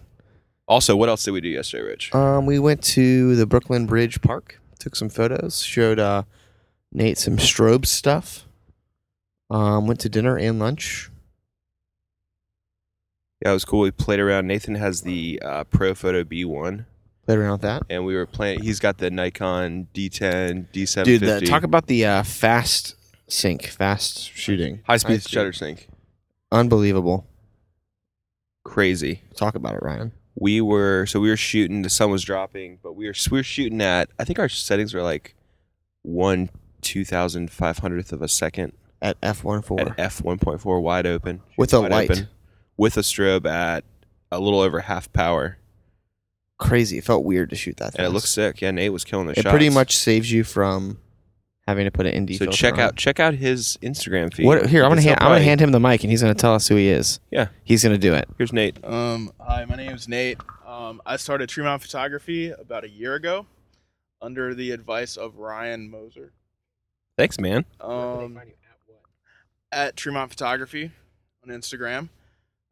Also, what else did we do yesterday, Rich?
Um, we went to the Brooklyn Bridge Park, took some photos, showed uh Nate some strobe stuff. Um, went to dinner and lunch.
Yeah, it was cool. We played around. Nathan has the uh, Pro Photo B1,
Played around with that.
and we were playing. He's got the Nikon D10, D750.
Dude, the, talk about the uh, fast sync, fast shooting,
high speed
High-speed.
shutter sync.
unbelievable.
Crazy.
Talk about it, Ryan.
we were so we were shooting the sun was dropping but we were we were shooting at i think our settings were like one two thousand five hundredth of a second
At F one
at
four,
f 1.4 wide open
With a
Wide
light.
with a strobe at a little over half power
crazy. It felt weird to shoot that.
and it
fast.
looks sick yeah nate was killing the
It
shots.
pretty much saves you from having to put an indie.
so
filter
check
on.
out check out his instagram feed
What here? I'm gonna
It's
hand, I'm gonna
probably-
hand him the mic, and he's gonna tell us who he is.
Yeah.
he's gonna do it.
here's nate
Um, hi, my name is Nate. Um, I started Tremont Photography about a year ago under the advice of Ryan Moser.
thanks man
Um, at Tremont Photography on Instagram.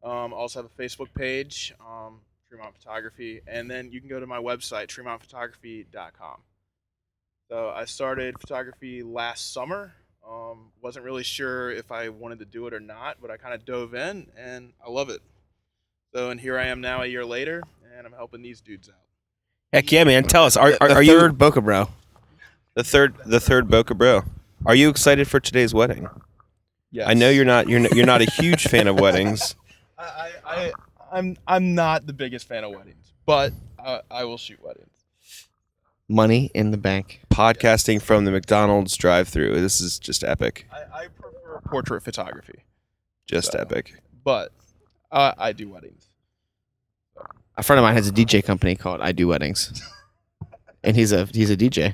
Um, I also have a Facebook page, um, Tremont Photography, and then you can go to my website, tremontphotography.com. So I started photography last summer. Um, wasn't really sure if I wanted to do it or not, but I kind of dove in and I love it. So and here I am now a year later, and I'm helping these dudes out.
heck yeah man tell us are, are,
the
are
third
you
Boca Bro?
the third the third boca bro are you excited for today's wedding
Yeah,
i know you're not you're, n- you're not a huge fan
[laughs]
of weddings
I, I, I I'm I'm not the biggest fan of weddings, but I, I will shoot weddings.
Money in the bank.
podcasting from the McDonald's drive-through. This is just epic,
I, I prefer portrait photography,
just
So-
epic.
but uh, I do weddings.
A friend of mine has a DJ company called I Do Weddings, [laughs] and he's a he's a DJ.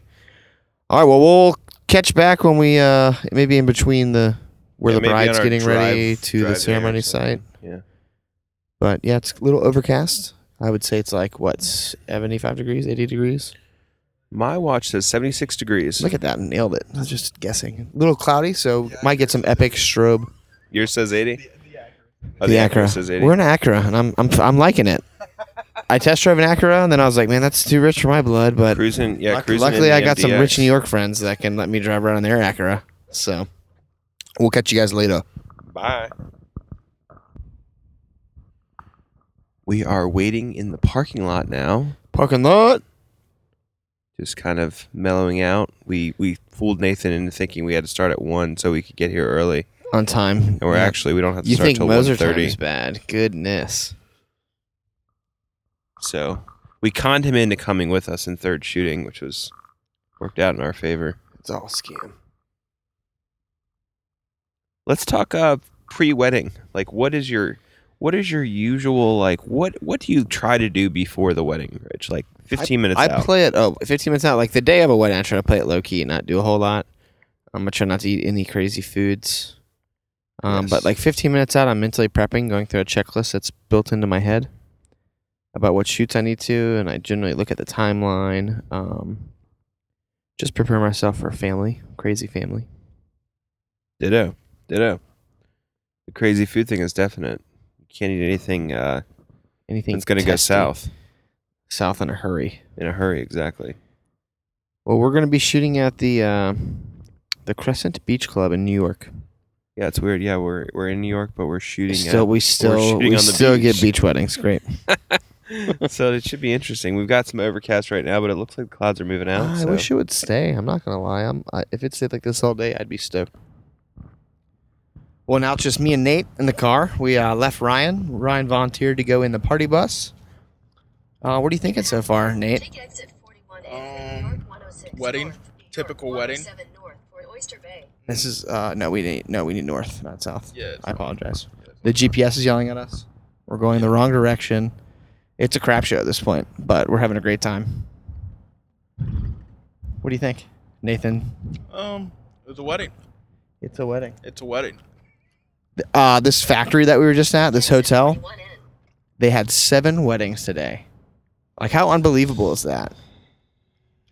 All right, well we'll catch back when we uh maybe in between the where
Yeah,
the
maybe on
bride's
our
getting
drive-
ready to
drive
the
day or
ceremony site.
something. Yeah.
But yeah, it's a little overcast. I would say it's like what seventy five degrees, eighty degrees.
My watch says 76 degrees.
Look at that, nailed it. I was just guessing. A little cloudy, so might get some epic strobe.
Yours says 80. Oh,
the Acura.
says 80.
We're in Acura, and I'm I'm I'm liking
[laughs]
it. I test drove an Acura, and then I was like, man, that's too rich for my blood. But
cruising. Yeah,
luck-
cruising.
luckily,
in
I
the
got some
MDX.
rich New York friends that can let me drive around in their Acura. So we'll catch you guys later.
Bye. We are waiting in the parking lot now.
Parking lot.
just kind of mellowing out. We we fooled Nathan into thinking we had to start at one so we could get here early,
on time.
and we're
Yeah.
actually we don't have to
you
start
think
till
Moser
one
time
thirty.
is bad? Goodness.
So we conned him into coming with us in third shooting, which was worked out in our favor.
It's all scam.
Let's talk uh pre-wedding. Like what is your what is your usual like what what do you try to do before the wedding, Rich? Like 15 minutes
I
out.
play it oh, 15 minutes out. Like the day of a wedding, I try to play it low key and not do a whole lot. I'm gonna try not to eat any crazy foods. Um,
Yes.
But like 15 minutes out, I'm mentally prepping, going through a checklist that's built into my head about what shoots I need to, and I generally look at the timeline. Um, just prepare myself for family, crazy family.
Ditto. Ditto. The crazy food thing is definite. You can't eat anything uh
Anything
that's going to go
testy,
south
south in a hurry.
in a hurry exactly.
Well, we're gonna be shooting at the uh, the Crescent Beach Club in New York.
Yeah, it's weird. Yeah, we're we're in New York, but we're shooting at-
Still, we still
shooting
we
on the
still
beach.
get beach weddings. Great.
[laughs] so it should be interesting. We've got some overcast right now, but it looks like the clouds are moving out.
Ah, I
so.
wish it would stay. I'm not gonna lie. I'm I, if it stayed like this all day, I'd be stoked. Well, now it's just me and Nate in the car. We uh, left Ryan. Ryan volunteered to go in the party bus. Uh, what are you thinking so far, Nate?
Take exit 41
Um,
North 106
wedding?
North, New York,
Typical wedding?
107 North toward Oyster Bay.
This is uh, no, we need no, we need north, not south.
Yeah.
I apologize. The GPS is yelling at us. We're going the wrong direction. It's a crap show at this point, but we're having a great time. What do you think, Nathan?
Um, it was a wedding.
It's a wedding.
It's a wedding.
Uh, this factory that we were just at, this
Exit
hotel,
41 in.
they had seven weddings today. Like, how unbelievable is that?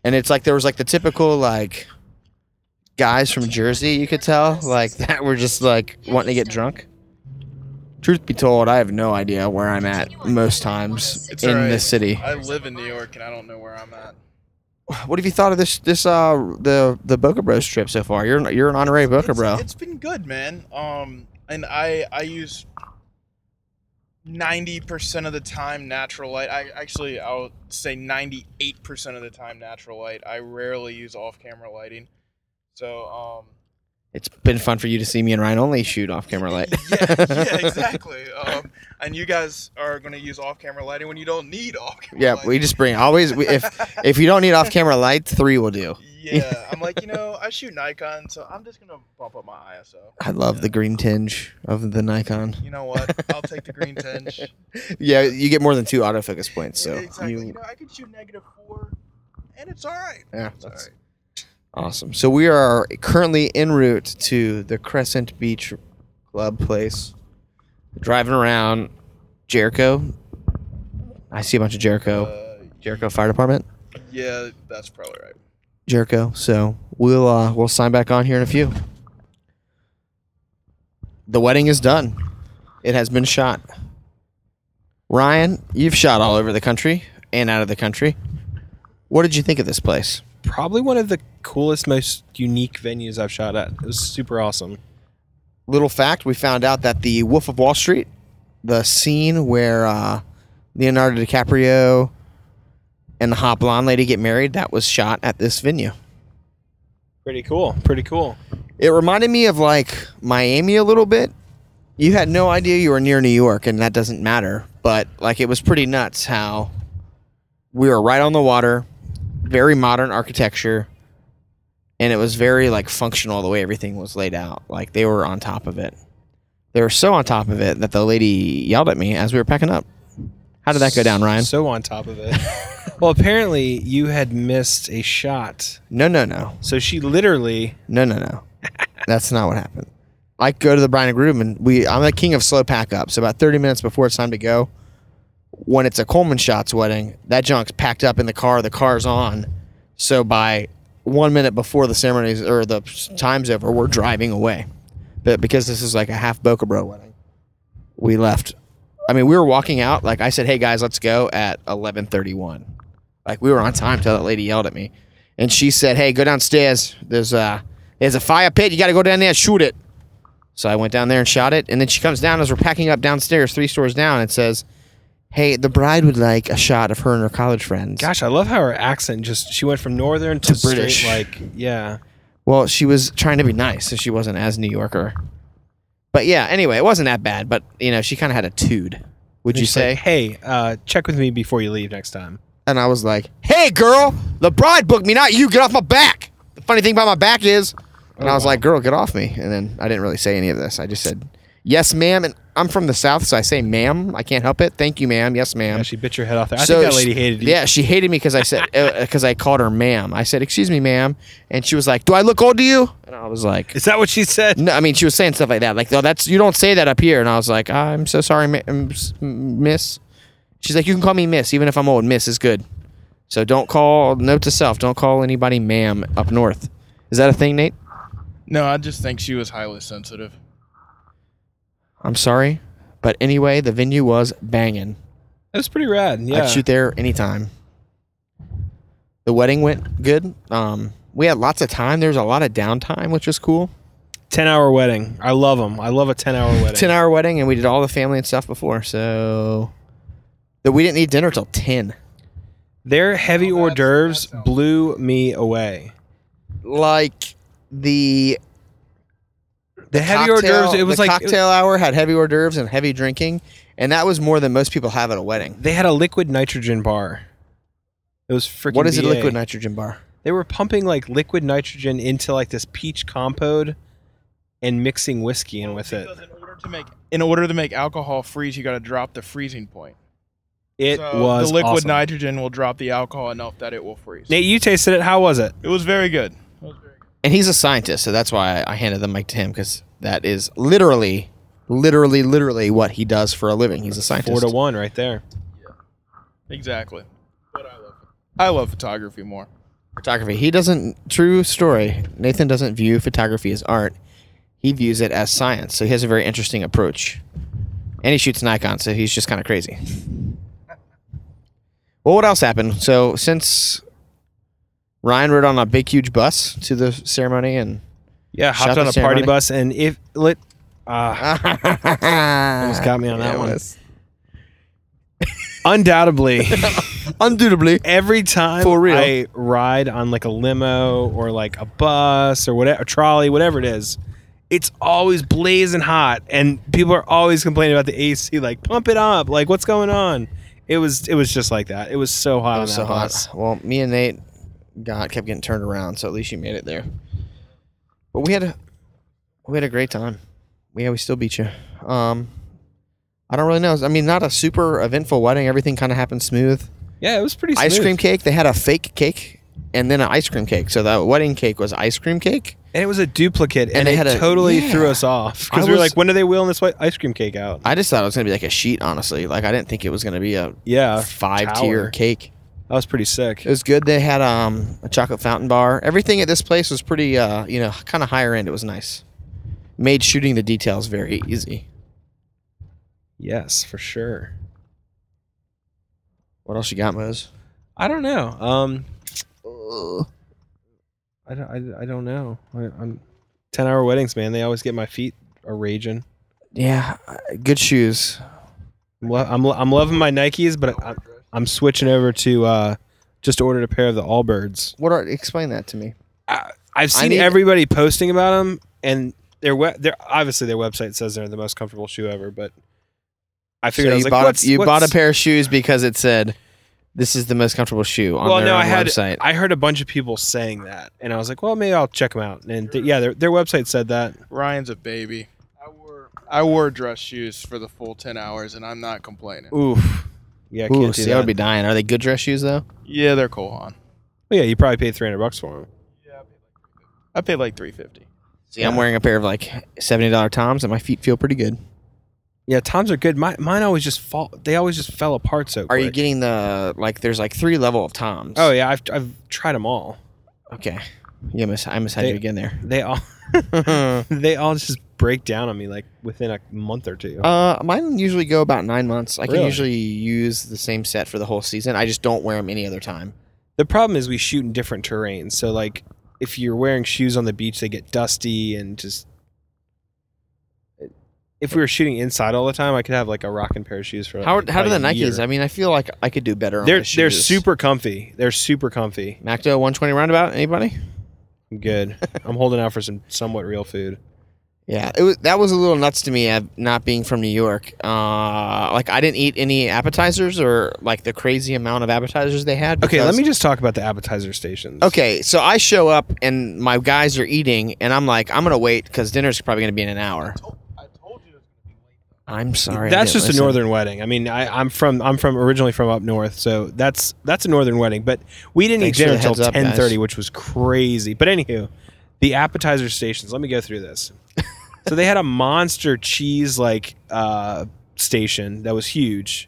And it's like there was like the typical like guys from Jersey, you could tell, like [laughs] that were just like wanting to get drunk. Truth be told, I have no idea where I'm at most times
It's
in
alright.
this city.
I live in New York and I don't know where I'm at.
What have you thought of this this uh the the Boca Bros trip so far? You're you're an honorary Boca
It's-
Bro.
It's been good, man. Um, and I I use ninety percent of the time natural light. I actually I'll say ninety eight percent of the time natural light. I rarely use off camera lighting. So um,
It's been fun for you to see me and Ryan only shoot off camera [laughs] light.
yeah, yeah, exactly. Um, and you guys are gonna use off camera lighting when you don't need off camera.
Yeah,
lighting.
we just bring always we, if if you don't need off camera light, three will do.
yeah, I'm like you know I shoot Nikon, so I'm just gonna bump up my ISO.
I love the green tinge of the Nikon.
You know what? I'll take the
[laughs]
green tinge.
Yeah, you get more than two autofocus points,
Yeah,
so
exactly. You,
you
know, I could shoot negative four, and it's all right.
yeah,
It's all
that's
right.
awesome. So we are currently en route to the Crescent Beach Club place. Driving around Jericho. I see a bunch of Jericho. Jericho Fire Department.
Uh, yeah, that's probably right.
Jericho. So we'll uh, we'll sign back on here in a few. The wedding is done. It has been shot. Ryan, you've shot all over the country and out of the country. What did you think of this place?
Probably one of the coolest, most unique venues I've shot at. It was super awesome.
Little fact: We found out that the Wolf of Wall Street, the scene where uh, Leonardo DiCaprio and the hot blonde lady get married, that was shot at this venue.
Pretty cool. Pretty cool.
It reminded me of like Miami a little bit. You had no idea you were near New York, and that doesn't matter. But like, it was pretty nuts how we were right on the water, very modern architecture, and it was very like functional the way everything was laid out. Like they were on top of it. They were so on top of it that the lady yelled at me as we were packing up. How did that go down, Ryan?
So on top of it. [laughs] well, apparently you had missed a shot.
No, no, no,
So she literally
no, no, no. [laughs] That's not what happened. I go to the Brian and Groove, and we I'm the king of slow pack up. So about 30 minutes before it's time to go, when it's a Coleman Shots wedding, that junk's packed up in the car. The car's on. So by one minute before the ceremonies or the time's over, we're driving away. But because this is like a half Boca Bro wedding, we left. I mean, we were walking out. Like I said, hey guys, let's go at 11:31. Like we were on time till that lady yelled at me, and she said, hey, go downstairs. There's a there's a fire pit. You got to go down there and shoot it. So I went down there and shot it. And then she comes down as we're packing up downstairs, three stores down, and says, Hey, the bride would like a shot of her and her college friends.
Gosh, I love how her accent just she went from northern to,
To British.
straight, like yeah.
Well, she was trying to be nice, so she wasn't as New Yorker. But yeah, anyway, it wasn't that bad. But you know, she kind of had a tood. Would you
She's
say?
like, hey, uh, check with me before you leave next time?
And I was like, "Hey, girl, the bride booked me, not you. Get off my back." The funny thing about my back is, and
Oh,
I was like, "Girl, get off me." And then I didn't really say any of this. I just said, "Yes, ma'am." And I'm from the South, so I say, "Ma'am." I can't help it. Thank you, ma'am. Yes, ma'am.
Yeah, she bit your head off there. I
So
think that
she-
lady hated you.
Yeah, she hated me because I said because I called her ma'am. I said, "Excuse me, ma'am," and she was like, "Do I look old to you?" And I was like,
Is that what she said?
"No." I mean, she was saying stuff like that, like, "No, that's you don't say that up here." And I was like, "Ah, "I'm so sorry, ma- um, s- m- miss." She's like, "You can call me miss, even if I'm old. Miss is good." So don't call. Note to self: don't call anybody ma'am up north. Is that a thing, Nate?
No, I just think she was highly sensitive.
I'm sorry, but anyway, the venue was banging.
That was pretty rad. Yeah.
I'd shoot there anytime. The wedding went good. Um, we had lots of time. There was a lot of downtime, which was cool.
10 hour wedding. I love them. I love a
[laughs]
10 hour wedding.
Ten hour wedding, and we did all the family and stuff before, so that we didn't eat dinner till ten.
Their heavy
Oh,
hors
that's-
d'oeuvres
that sounds-
blew me away.
Like the
The, heavy hors d'oeuvres, it was
the
like
cocktail hour had heavy hors d'oeuvres and heavy drinking, and that was more than most people have at a wedding.
they had a liquid nitrogen bar. It was freaking
What is
BA.
a liquid nitrogen bar?
They were pumping like liquid nitrogen into like this peach compote and mixing whiskey in with it.
Because in order to make in order to make alcohol freeze, you got to drop the freezing point.
It
So
was
the liquid
awesome.
nitrogen will drop the alcohol enough that it will freeze.
Nate, you tasted it. How was it?
It was very good.
and he's a scientist, so that's why I handed the mic to him because that is literally, literally, literally what he does for a living. He's a
Four
scientist.
to one, right there.
Exactly. But I love it. I love photography more.
Photography. He doesn't. True story. Nathan doesn't view photography as art. He views it as science. So he has a very interesting approach, and he shoots Nikon, so he's just kind of crazy. Well, what else happened? So since Ryan rode on a big, huge bus to the ceremony, and
Yeah,
Shout
hopped on
to
a
Sarah
party
Money.
bus and if lit. Ah. Uh,
[laughs] almost
got me on that one. [laughs]
[laughs]
undoubtedly,
Undoubtedly,
every time
For real.
I ride on like a limo or like a bus or whatever, a trolley, whatever it is, it's always blazing hot, and people are always complaining about the AC. Like, pump it up! Like, what's going on? It was it was just like that. It was so hot.
It
on
was
that
so
bus.
hot. Well, me and Nate got kept getting turned around, so at least you made it there. But we had a we had a great time. We yeah, we still beat you. Um, I don't really know. I mean, not a super eventful wedding. Everything kind of happened smooth.
Yeah, it was pretty. Smooth.
Ice cream cake. They had a fake cake and then an ice cream cake. So the wedding cake was ice cream cake.
and it was a duplicate, and,
And they
it
had a-
totally
yeah.
threw us off
I
because we were
was-
like, when are they wheeling this white ice cream cake out?
I just thought it was gonna be like a sheet, honestly. Like I didn't think it was gonna be a
Yeah,
five
tower.
tier cake.
that was pretty sick.
It was good. They had um, a chocolate fountain bar. Everything at this place was pretty, uh, you know, kind of higher end. It was nice. Made shooting the details very easy.
Yes, for sure.
What else you got, Moz?
I don't know. Um, I don't. I, I don't know. I, I'm ten hour weddings, man. They always get my feet a raging.
Yeah, uh, good shoes.
I'm, lo- I'm, lo- I'm loving my Nikes, but I'm, I'm switching over to uh, just ordered a pair of the Allbirds.
What are? Explain that to me.
I, I've
I
seen
need-
everybody posting about them, and their we- their obviously their website says they're the most comfortable shoe ever, but. I
So
figured I
you
was like,
bought
what's,
a, you bought a
what's-
pair of shoes because it said, "This is the most comfortable shoe" on
well,
their
no,
own
I had
website.
I heard a bunch of people saying that, and I was like, well, maybe I'll check them out. And th- yeah, their, their website said that.
Ryan's a baby. I wore I wore dress shoes for the full ten hours, and I'm not complaining.
Oof. Yeah, I can't
Ooh,
do
see,
that.
I would be dying. Are they good dress shoes though?
Yeah, they're Kohan.
Well, yeah, you probably paid three hundred bucks for them.
I paid like three fifty.
See, I'm wearing a pair of like seventy dollar Toms, and my feet feel pretty good.
Yeah, Tom's are good. Mine, mine always just fall. They always just fell apart so.
Are you
quick.
getting the like? There's like three level of Toms.
Oh yeah, I've I've tried them all.
Okay. Yeah, miss, I miss had
They-
you again there. [laughs]
They all [laughs] they all just break down on me like within a month or two.
Uh, mine usually go about nine months. I
Really?
can usually use the same set for the whole season. I just don't wear them any other time.
the problem is we shoot in different terrains, so like if you're wearing shoes on the beach, they get dusty and just. it- if we were shooting inside all the time, I could have like a rock and pair of shoes for.
How
like,
how do the
a
Nikes?
year.
I mean, I feel like I could do better. on
they're
the
they're
shoes.
super comfy. They're super comfy.
Macdo 120 roundabout. Anybody?
I'm
[laughs]
good. I'm holding out for some somewhat real food.
Yeah, it was that was a little nuts to me. uh, Not being from New York, uh, like I didn't eat any appetizers or like the crazy amount of appetizers they had.
Okay, let
because-
me just talk about the appetizer stations.
Okay, so I show up and my guys are eating, and I'm like, I'm gonna wait because dinner's probably gonna be in an hour.
I told you it was gonna be late.
I'm sorry. I
that's
didn't
just
listen.
a northern wedding. I mean, I, I'm from I'm from originally from up north, so that's that's a northern wedding. But we didn't
Thanks
eat
for
dinner
the
until
heads up,
ten thirty,
guys.
which was crazy. But anywho, the appetizer stations. Let me go
[laughs]
through this. so they had a monster cheese like uh, station that was huge,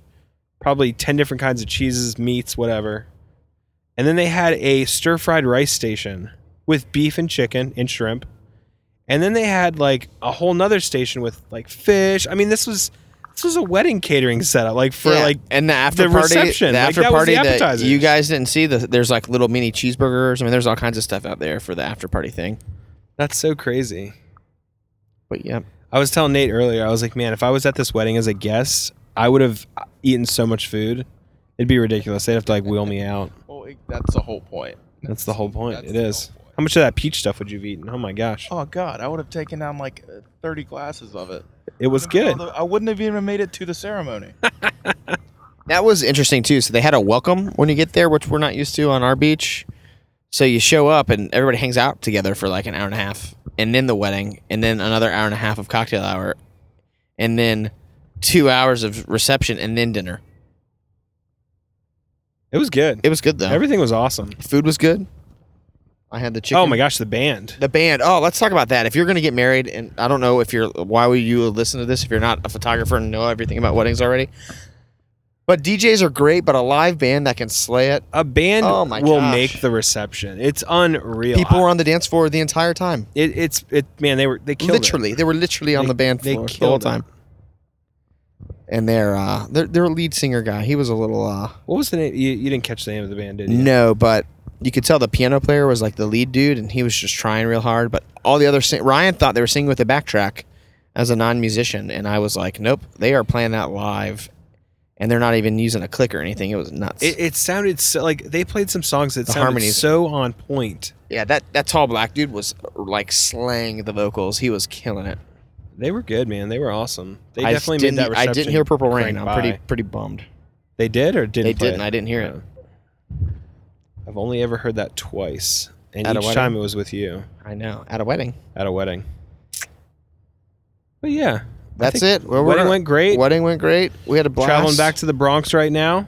probably ten different kinds of cheeses, meats, whatever. And then they had a stir fried rice station with beef and chicken and shrimp. And then they had like a whole nother station with like fish. I mean, this was this was a wedding catering setup, like for
Yeah,
like
and the after
the
party,
reception,
the
like,
after
that was
party
the
that
appetizers.
you guys didn't see. The, there's like little mini cheeseburgers. I mean, there's all kinds of stuff out there for the after party thing.
that's so crazy.
But yeah,
I was telling Nate earlier, I was like, man, if I was at this wedding as a guest, I would have uh, eaten so much food. It'd be ridiculous. They'd have to like wheel me out.
Well, it, that's the whole point.
That's the whole point.
that's
It
the
is.
whole point.
How much of that peach stuff would you have eaten? Oh my gosh.
Oh God, I would have taken down like uh, thirty glasses of it.
It was good.
I wouldn't have even made it to the ceremony.
that was interesting too. So they had a welcome when you get there, which we're not used to on our beach. So you show up and everybody hangs out together for like an hour and a half, and then the wedding, and then another hour and a half of cocktail hour, and then two hours of reception, and then dinner.
It was good.
It was good though.
Everything was awesome.
Food was good. I had the chicken.
Oh my gosh, the band.
The band. Oh, let's talk about that. If you're going to get married, and I don't know if you're, why would you listen to this if you're not a photographer and know everything about weddings already? But DJs are great, but a live band that can slay it.
A band
Oh my
will
gosh.
make the reception. It's unreal.
People
I-
were on the dance floor the entire time.
it, it's it man, they were they killed it.
Literally, they were literally on
They-
the band
they
floor the whole
killed it.
time. And their uh, their their lead singer guy, he was a little uh,
What was the name? You, you didn't catch the name of the band, did you?
no, but you could tell the piano player was like the lead dude, and he was just trying real hard. But all the other sing- Ryan thought they were singing with the backtrack as a non-musician, and I was like, nope, they are playing that live, and they're not even using a click or anything. It was nuts.
It, it sounded so like they played some songs that
The
sounded
harmonies.
so on point.
yeah, that that tall black dude was like slaying the vocals. He was killing it.
They were good, man. They were awesome. They
I
definitely
didn't, e,
made that reception.
I didn't hear Purple Rain.
crank
I'm
by.
pretty pretty bummed.
They did or didn't?
they
play
didn't. I didn't hear it.
I've only ever heard that twice, and
At a
each
wedding?
time it was with you
I know at a wedding.
at a wedding. But yeah,
That's
think
it. Well, we're-
wedding went great.
Wedding went great. We had a blast.
Traveling back to the Bronx right now.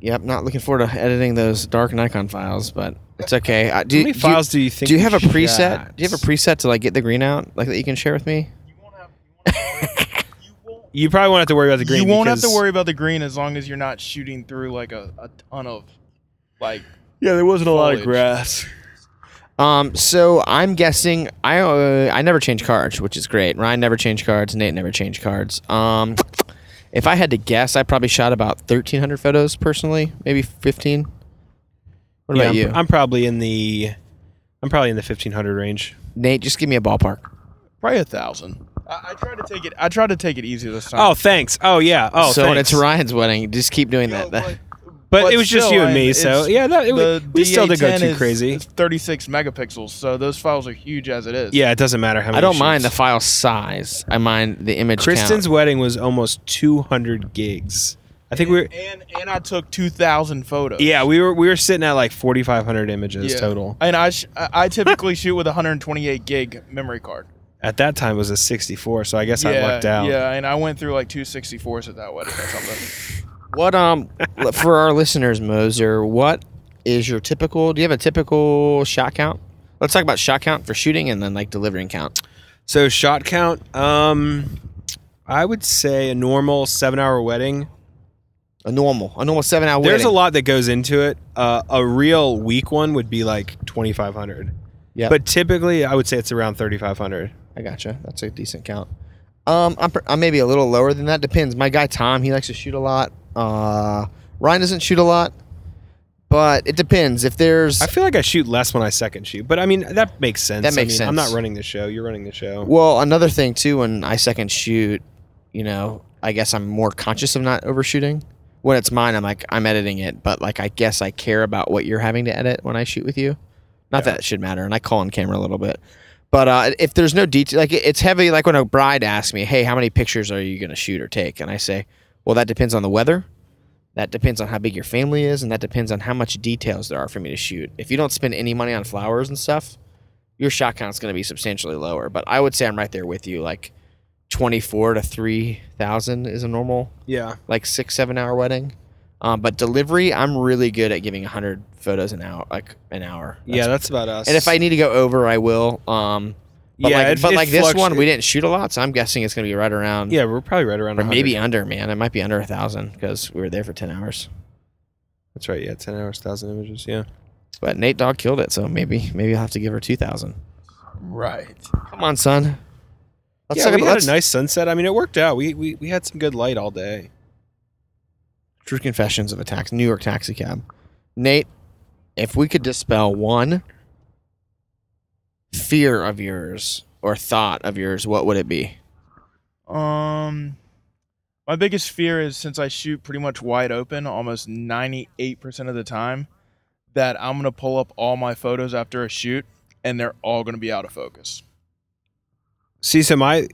Yep, not looking forward to editing those dark Nikon files, but it's okay. Uh, do,
How many
do you-
files do you, think?
Do you
we
have a
shot?
preset? Do you have a preset to like get the green out, like that you can share with me?
[laughs] You won't have. You won't have to worry- you won't-
[laughs] You probably won't have to worry about the green.
you won't have to
because-
worry about the green as long as you're not shooting through like a, a ton of like
Yeah, there wasn't
a lot of
grass.
Um, so I'm guessing I uh, I never change cards, which is great. Ryan never changed cards. Nate never changed cards. Um, if I had to guess, I probably shot about 1,300 photos personally, maybe 15. What
yeah,
about
I'm,
you,
I'm probably in the, I'm probably in the 1500 range.
Nate? Just give me a ballpark.
probably a thousand. I, I tried to take it. I tried to take it easy this time.
Oh, thanks. Oh yeah. Oh,
so when
thanks.
it's Ryan's wedding, just keep doing that.
Yo, but- Oh,
But,
but
it was just
still,
you and
I-
me,
it's-
so yeah, that it, was-
the
we still didn't go
DA10
too
is-
crazy.
is 36 megapixels, so those files are huge as it is.
Yeah, it doesn't matter how many.
I don't
shoots.
mind the file size. I mind the image
Kristen's
count.
wedding was almost 200 gigs. I think we were.
And and I took 2,000 photos.
Yeah, we were we were sitting at like 4,500 images
Yeah.
total.
And I sh- I I typically shoot with a 128 gig memory card.
At that time, it was a 64, so I guess
yeah,
I lucked out.
Yeah, and I went through like 264s at that wedding or something.
What um l- for our listeners, Moser? What is your typical? Do you have a typical shot count? Let's talk about shot count for shooting and then like delivering count.
So shot count, um, I would say a normal seven-hour wedding.
A normal, a normal seven hour.
There's a
wedding.
lot that goes into it. Uh, a real weak one would be like 2,500.
Yeah.
But typically, I would say it's around 3,500.
I gotcha. That's a decent count. Um, I'm, pr- I'm maybe a little lower than that. Depends. My guy Tom, he likes to shoot a lot. Uh, Ryan doesn't shoot a lot. But it depends. If there's
I feel like I shoot less when I second shoot, but I mean that makes sense.
That makes
I mean, I'm
sense.
not running the show. You're running the show.
well, another thing too, when I second shoot, you know, I guess I'm more conscious of not overshooting. When it's mine, I'm like I'm editing it, but like I guess I care about what you're having to edit when I shoot with you. Not that it should matter, and I call on camera a little bit. But uh, if there's no detail, like it- it's heavy. Like when a bride asks me, "Hey, how many pictures are you going to shoot or take?" and I say, "Well, that depends on the weather." That depends on how big your family is, and that depends on how much details there are for me to shoot. If you don't spend any money on flowers and stuff, your shot count's going to be substantially lower. But I would say I'm right there with you. Like 24 to 3,000 is a normal,
Yeah.
like six, seven hour wedding. Um, but delivery, I'm really good at giving 100 photos an hour, like an hour.
yeah, that's about us.
and if I need to go over, I will. Um, but
yeah,
like,
it-
but
it
like this one,
fluctu-
we didn't shoot a lot, so I'm guessing it's going to be right around,
Yeah, we're probably right around.
or
100.
maybe under, man. It might be under a thousand because we were there for 10 hours.
That's right. Yeah, ten hours, thousand images. Yeah.
But Nate Dogg killed it, so maybe maybe I'll have to give her two thousand.
Right.
Come on, son. Let's
yeah,
talk
we
about
had
let's,
a nice sunset. I mean, it worked out. We, we we had some good light all day.
True Confessions of a Tax New York Taxi Cab. Nate, if we could dispel one fear of yours or thought of yours, what would it be?
Um, my biggest fear is since I shoot pretty much wide open almost 98% of the time, that I'm going to pull up all my photos after a shoot and they're all going to be out of focus.
See, so my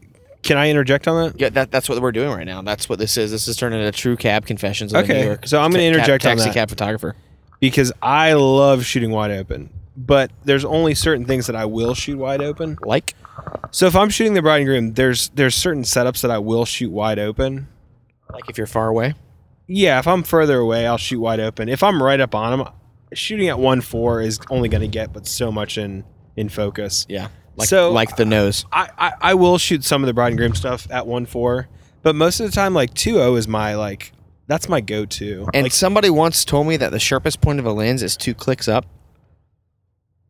can I interject on that?
Yeah, that, that's what we're doing right now. That's what this is. This is turning into True Cab Confessions of a
Okay,
New York.
so I'm gonna
ca- cab-
interject on
taxi
that.
cab photographer.
Because I love shooting wide open, but there's only certain things that I will shoot wide open.
Like,
So if I'm shooting the bride and groom, there's there's certain setups that I will shoot wide open.
like if you're far away.
Yeah, if I'm further away, I'll shoot wide open. If I'm right up on them, shooting at one four is only going to get but so much in in focus.
Yeah. Like,
So-
like the nose.
I, I I will shoot some of the bride and groom stuff at one four, but most of the time, like two zero is my like that's my go to.
And somebody once told me that the sharpest point of a lens is two clicks up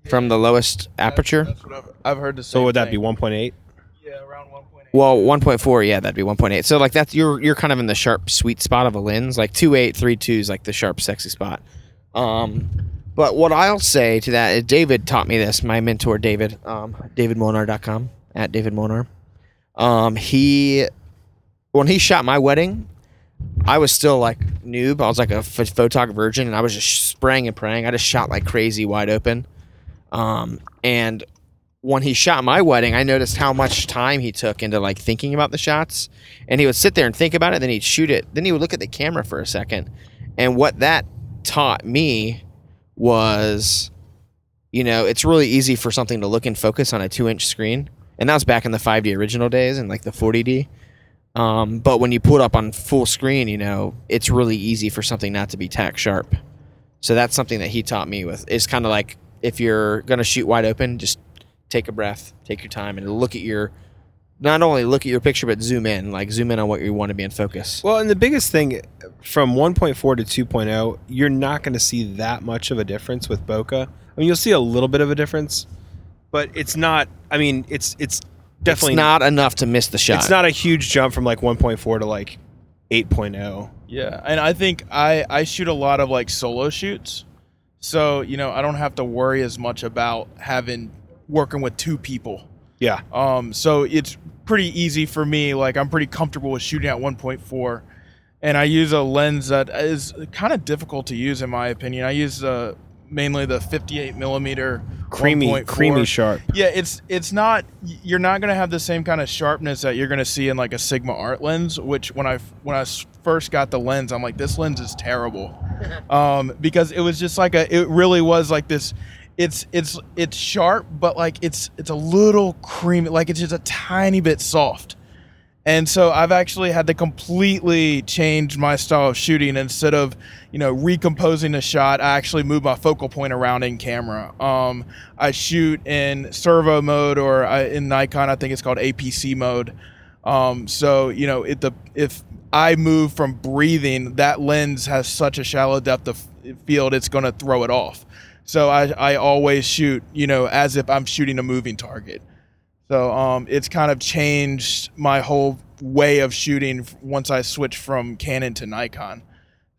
from the lowest aperture.
That's what I've, I've heard the same
So would that be
thing.
one point eight?
Yeah, around 1.8.
Well, 1.4, yeah, that'd be 1.8. So like that's you're you're kind of in the sharp sweet spot of a lens. Like 2.832 is like the sharp sexy spot. Um but what I'll say to that is David taught me this, my mentor David, um davidmonar.com at David Monar. Um he when he shot my wedding, I was still like noob. I was like a ph- photog virgin, and I was just spraying and praying. I just shot like crazy, wide open. Um, and when he shot my wedding, I noticed how much time he took into like thinking about the shots. And he would sit there and think about it, then he'd shoot it. Then he would look at the camera for a second. And what that taught me was, you know, it's really easy for something to look and focus on a two inch screen. And that was back in the 5D original days and like the 40D. Um, but when you put up on full screen, you know, it's really easy for something not to be tack sharp. So that's something that he taught me with. It's kind of like if you're going to shoot wide open, just take a breath, take your time, and look at your not only look at your picture, but zoom in, like zoom in on what you want to be in focus.
Well, and the biggest thing from 1.4 to 2.0, you're not going to see that much of a difference with bokeh. I mean, you'll see a little bit of a difference, but it's not. I mean, it's it's definitely
it's not enough to miss the shot.
It's not a huge jump from like 1.4 to like oh. 8.0.
Yeah, and I think I I shoot a lot of like solo shoots, so you know I don't have to worry as much about having working with two people.
Yeah.
Um, so it's pretty easy for me. Like I'm pretty comfortable with shooting at 1.4, and I use a lens that is kind of difficult to use in my opinion. I use uh, mainly the 58 millimeter
Creamy,
1.4.
creamy sharp.
Yeah, it's it's not. You're not gonna have the same kind of sharpness that you're gonna see in like a Sigma Art lens. Which when I when I s- first got the lens, I'm like, this lens is terrible, um, because it was just like a. It really was like this. It's it's it's sharp, but like it's it's a little creamy. Like it's just a tiny bit soft. And so I've actually had to completely change my style of shooting. Instead of, you know, recomposing a shot, I actually move my focal point around in camera. Um, I shoot in servo mode, or I, in Nikon, I think it's called APC mode. Um, so you know, it, the if I move from breathing, that lens has such a shallow depth of field, it's going to throw it off. So I, I always shoot, you know, as if I'm shooting a moving target. So um, it's kind of changed my whole way of shooting f- once I switched from Canon to Nikon.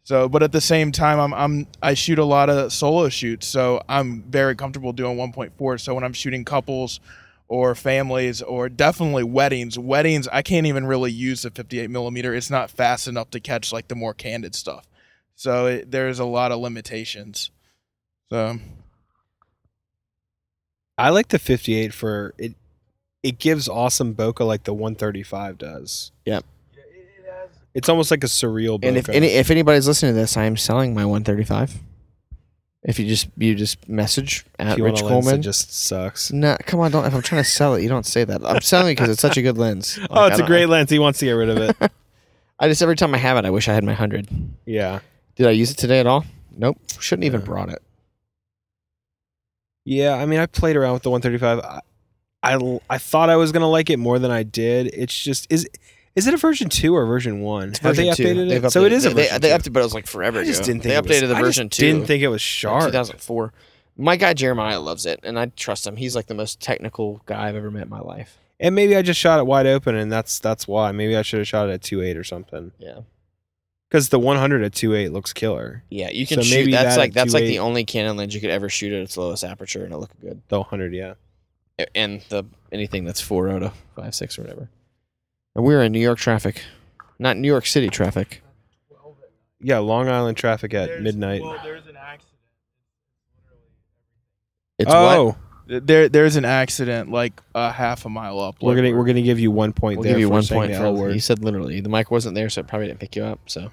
So, but at the same time, I'm, I'm I shoot a lot of solo shoots, so I'm very comfortable doing 1.4. So when I'm shooting couples or families or definitely weddings, weddings I can't even really use the 58 millimeter. It's not fast enough to catch like the more candid stuff. So it, there's a lot of limitations. So
I like the 58 for it. It gives awesome bokeh like the 135 does.
Yep.
It's almost like a surreal bokeh.
And if any if anybody's listening to this, I am selling my 135. If you just you just message at
If you want
Rich
a lens that
Coleman.
just sucks.
Nah, come on, don't. If I'm trying to sell it, you don't say that. I'm selling it because it's such a good lens. Like,
[laughs] oh,
I
it's a
don't-
great lens. He wants to get
[laughs]
rid of it.
I just every time I have it, I wish I had my hundred.
yeah.
Did I use it today at all? Nope. Shouldn't even
Yeah.
brought it.
Yeah, I mean, I played around with the 135. I, I, l- I thought I was gonna like it more than I did. It's just is is it a version two or version one? Have they
Version two.
updated it?
They've
so it
updated-
is a
They,
version
they,
two.
updated, but it was like forever
I just
ago.
didn't think
they
it was-
updated the
I just
version two.
Didn't think it was
like,
sharp.
2004. My guy Jeremiah loves it, and I trust him. He's like the most technical guy I've ever met in my life.
And maybe I just shot it wide open, and that's that's why. Maybe I should have shot it at two eight or something.
Yeah.
Because the 100 at two eight looks killer.
Yeah, you can
So
shoot.
maybe
That's
that
like
at
that's like
2.8.
the only Canon lens you could ever shoot at its lowest aperture and it look good.
The 100, yeah.
A- And the anything that's four out of five six or whatever. And we were in New York traffic, not New York City traffic.
Yeah, Long Island traffic at midnight.
there's an accident.
It's
oh,
what?
There there's an accident like a half a mile up.
we're gonna we're gonna give you one point
We'll
there.
give you
for
one
saying
point
the
for
L
You
word.
said literally. The mic wasn't there, so it probably didn't pick you up. So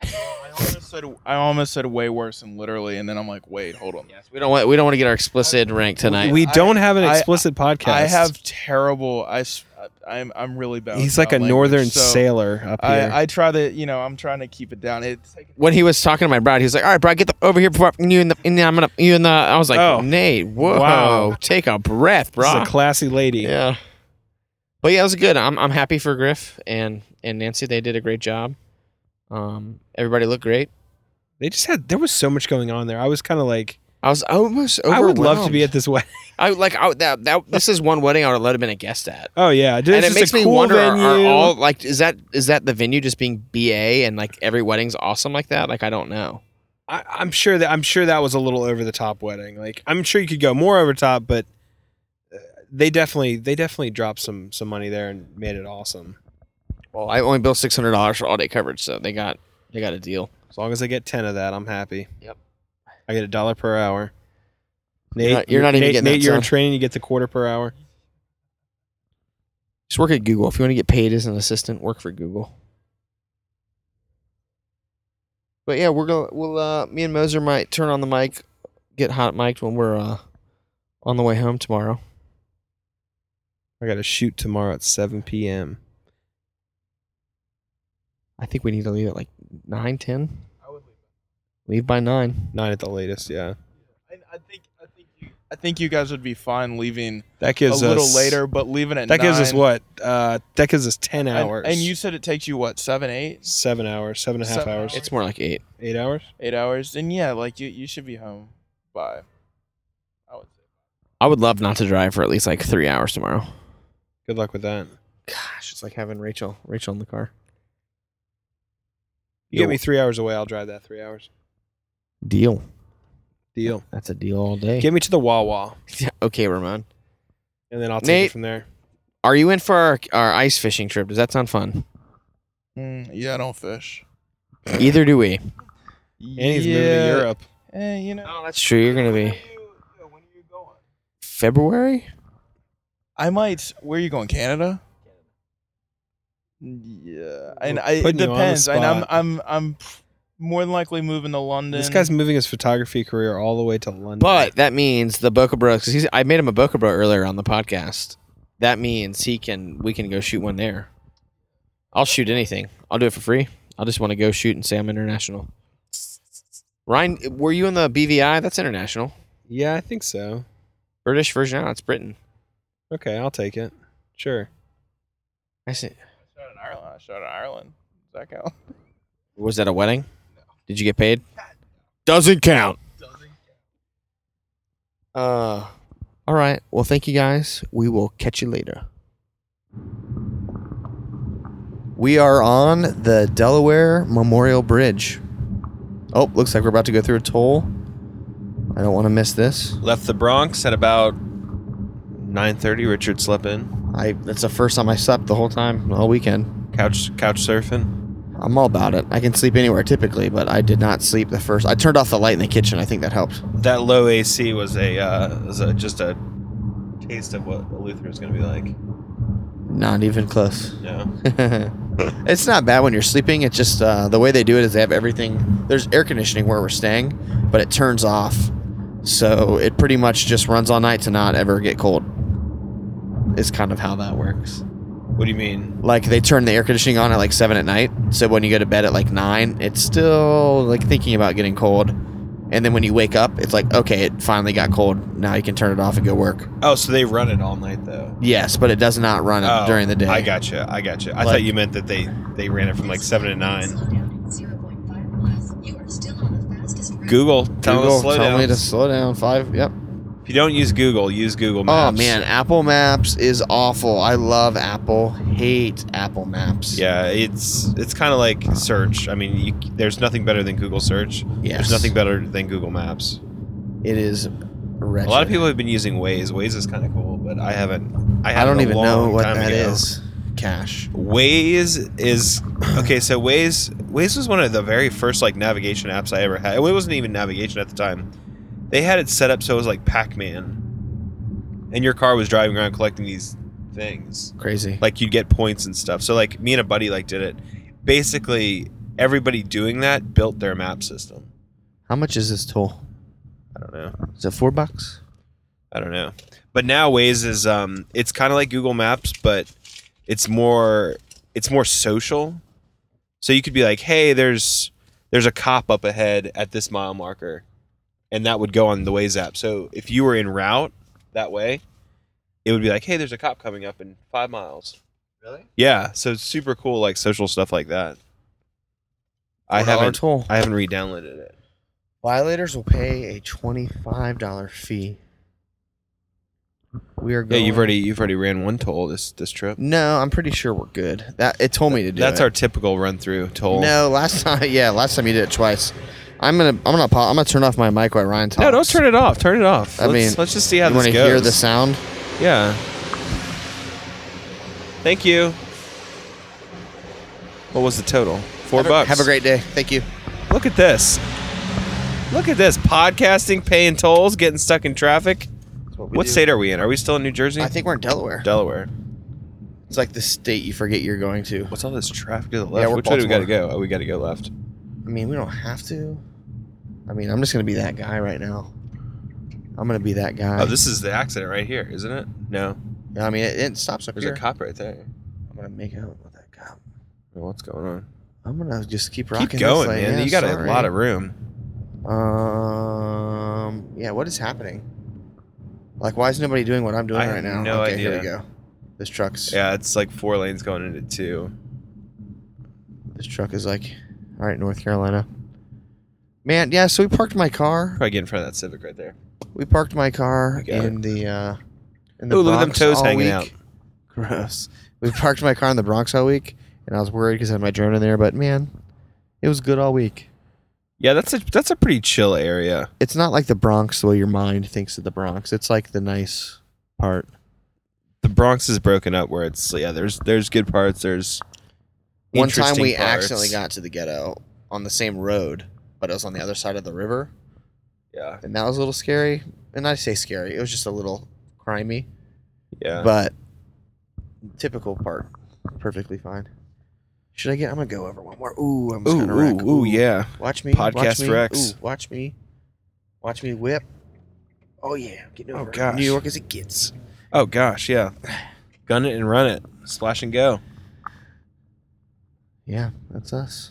I almost said I almost said way worse than literally, and then I'm like, wait, hold on.
we don't want we don't want to get our explicit rank tonight.
We
I-
don't have an
I-
explicit podcast.
I have terrible. I am I'm really bad. with
He's like a
bad language,
northern
so
sailor up here.
I I try to you know I'm trying to keep it down. It's like,
when he was talking to my bride, he was like, "All right, Brad, get the, over here before you in the, in the I'm gonna you in the." I was like,
Oh.
"Nate, whoa,
Wow.
take a breath,
This is
bro."
a classy lady.
yeah, but yeah, it was good. I'm I'm happy for Griff and and Nancy. They did a great job. Um, everybody looked great.
They just had there was so much going on there. I was kind of like,
I was almost
I would love to
overwhelmed.
be at this wedding.
I like I, that that this is one wedding I would have to been a guest at.
[laughs] Oh yeah, dude,
and
it's
it
just
makes
a
me
cool
wonder are, are
venue.
all like is that is that the venue just being ba and like every wedding's awesome like that like i don't know
I, I'm sure that I'm sure that was a little over the top wedding. Like I'm sure you could go more over top, but uh, they definitely they definitely dropped some some money there and made it awesome.
well i only billed $600 for all day coverage so they got they got a deal
As long as I get ten of that, I'm happy.
Yep.
I get a dollar per hour.
You're not- you're not even
Nate,
getting
Nate,
that,
you're in
son.
training. You get the quarter per hour.
just work at google if you want to get paid as an assistant work for google but yeah we're gonna we'll uh me and moser might turn on the mic get hot mic'd when we're uh on the way home tomorrow
I got to shoot tomorrow at 7 p.m.
i think we need to leave at like nine ten. leave by 9
Nine at the latest. Yeah,
I, I think I think you I think you guys would be fine leaving
that
a
gives
little
us-
later, but leaving at
That gives us
nine-
what? Uh, that gives us ten
And-
hours.
And, you said it takes you what seven, eight,
seven hours, seven and a half
Seven
hours,
hours.
it's more like 8
eight hours.
eight hours. And yeah, like you you should be home by. I would say.
i would love not to drive for at least like three hours tomorrow
Good luck with that.
Gosh, it's like having Rachel, Rachel in the car.
You get me three hours away, I'll drive that three hours.
Deal.
Deal.
That's a deal all day.
[laughs] Get me to the Wawa,
[laughs] okay, Ramon.
and then I'll take
Nate.
it from there.
Are you in for our, our ice fishing trip? Does that sound [clears throat] fun?
Mm, yeah, I don't fish.
Either do we.
And he's moving to Europe.
Eh, you know.
Oh, that's true. You're gonna be
When are you going?
February.
I might. Where are you going? Canada. Yeah, and I, it
putting you on the
depends. And I'm
spot.
I'm I'm more than likely moving to London.
This guy's moving his photography career all the way to London.
But that means the Boca Bro. 'cause he's I made him a Boca Bro earlier on the podcast. That means he can. We can go shoot one there. I'll shoot anything. I'll do it for free. I just want to go shoot and say I'm international. Ryan, were you in the BVI? That's international.
yeah, I think so.
British Virgin Islands, Britain.
Okay, I'll take it. Sure.
I see.
I shot in Ireland. I shot in Ireland. Does that count?
Was that a wedding? Did you get paid? Doesn't count. Uh, all right. Well, thank you guys. We will catch you later. We are on the Delaware Memorial Bridge. Oh, looks like we're about to go through a toll. I don't want to miss this.
Left the Bronx at about 9:30. Richard slept in.
I that's the first time I slept the whole time all weekend.
Couch couch surfing.
I'm all about it. I can sleep anywhere typically, but I did not sleep the first. I turned off the light in the kitchen. I think that helped.
That low AC was a uh, was a, just a taste of what a Luther is going to be like.
Not even close.
Yeah.
[laughs] it's not bad when you're sleeping. It's just uh, the way they do it is they have everything. There's air conditioning where we're staying, but it turns off, so it pretty much just runs all night to not ever get cold. Is kind of how that works.
What do you mean?
Like they turn the air conditioning on at like seven at night, so when you go to bed at like nine, it's still like thinking about getting cold, and then when you wake up, it's like okay, it finally got cold. Now you can turn it off and go work.
Oh, so they run it all night though.
Yes, but it does not run
Oh,
Uh, during the day.
I gotcha. I gotcha. I
Like-
thought you meant that they they ran it from like seven to nine.
Slow down at 0.5 miles. You are still on the fastest route.
Google, tell them
Google,
to slow
tell
down.
me to slow down. Five. Yep.
If you don't use Google, use Google
Oh
Maps.
man, Apple Maps is awful. I love Apple. Hate Apple Maps.
Yeah, it's it's kind of like search. I mean, you, there's nothing better than Google search.
Yes.
There's nothing better than Google Maps.
It is wretched.
A lot of people have been using Waze. Waze is kind of cool, but I haven't. I,
I
had it
don't
a
even
long
know what
time
that
ago.
is. Cash.
Waze is okay. So Waze, Waze was one of the very first like navigation apps I ever had. It wasn't even navigation at the time. They had it set up so it was like Pac-Man, and your car was driving around collecting these things.
Crazy.
Like you'd get points and stuff. So like me and a buddy like did it. Basically, everybody doing that built their map system.
How much is this toll?
I don't know.
Is it four bucks?
I don't know. But now Waze is um it's kind of like Google Maps, but it's more it's more social. So you could be like, "Hey, there's there's a cop up ahead at this mile marker." And that would go on the Waze app. So if you were en route that way, it would be like, "Hey, there's a cop coming up in 5 miles." Really? Yeah, so it's super cool like social stuff like that. I
$4
haven't
toll.
I haven't re-downloaded it.
Violators will pay a twenty-five dollar fee. We are
Yeah,
going.
you've already you've already ran one toll this this trip.
No, I'm pretty sure we're good. That it told me to do.
That's
it.
our typical run through toll.
No, last [laughs] time. Yeah, last time you did it twice. I'm gonna. I'm gonna. pa- I'm gonna turn off my mic while Ryan talks.
No, don't turn it off. Turn it off.
I
let's,
mean,
let's just see how
you
this
wanna
goes.
hear the sound?
Yeah. Thank you. What was the total? Four
have a-
bucks.
have a great day. Thank you.
Look at this. Look at this. Podcasting, paying tolls, getting stuck in traffic. what state are we in? Are we still in New Jersey?
I think we're in Delaware.
Delaware.
It's like the state you forget you're going to.
What's all this traffic to the left?
we're
Which way do we got to
Baltimore.
go? Oh, we got to go left.
I mean, we don't have to. I mean, I'm just gonna be that guy right now. I'm gonna be that guy.
Oh, this is the accident right here, isn't it? No.
I mean, it, it stops up
There's
here.
a cop right there.
I'm gonna make out with that cop.
Oh, What's going on?
I'm gonna just keep rocking.
Keep
this
going,
lane.
man.
Yeah,
you got
sorry.
a lot of room.
Um. Yeah. What is happening? Like, why is nobody doing what I'm doing
I have
right now?
no
okay, here we
idea.
go. This truck's.
Yeah, it's like four lanes going into two.
This truck is like, all right, North Carolina. Man, yeah. So we parked my car.
Probably get in front of that Civic right there.
We parked my car
got
in the uh, in the
Ooh, look at them
Bronx
toes
all
hanging
week.
out.
Gross. We parked my car in the Bronx all week, and I was worried because I had my drone in there. But man, it was good all week.
Yeah, that's a that's a pretty chill area.
It's not like the Bronx the way your mind thinks of the Bronx. It's like the nice part.
The Bronx is broken up where it's yeah, there's there's good parts, there's
One time
interesting
we
parts.
accidentally got to the ghetto on the same road, but it was on the other side of the river,
Yeah.
and that was a little scary. And I say scary, it was just a little crimey,
Yeah.
but typical part, perfectly fine. Should I get? I'm gonna go over one more. Ooh, I'm just
ooh,
gonna wreck.
ooh, ooh, yeah.
Watch me. watch
Podcast
me,
Rex.
Ooh, watch me. Watch me whip. Oh yeah, I'm getting
Oh,
over. it.
gosh.
New York as it gets.
Oh gosh, yeah. [sighs] Gun it and run it. Splash and go.
Yeah, that's us.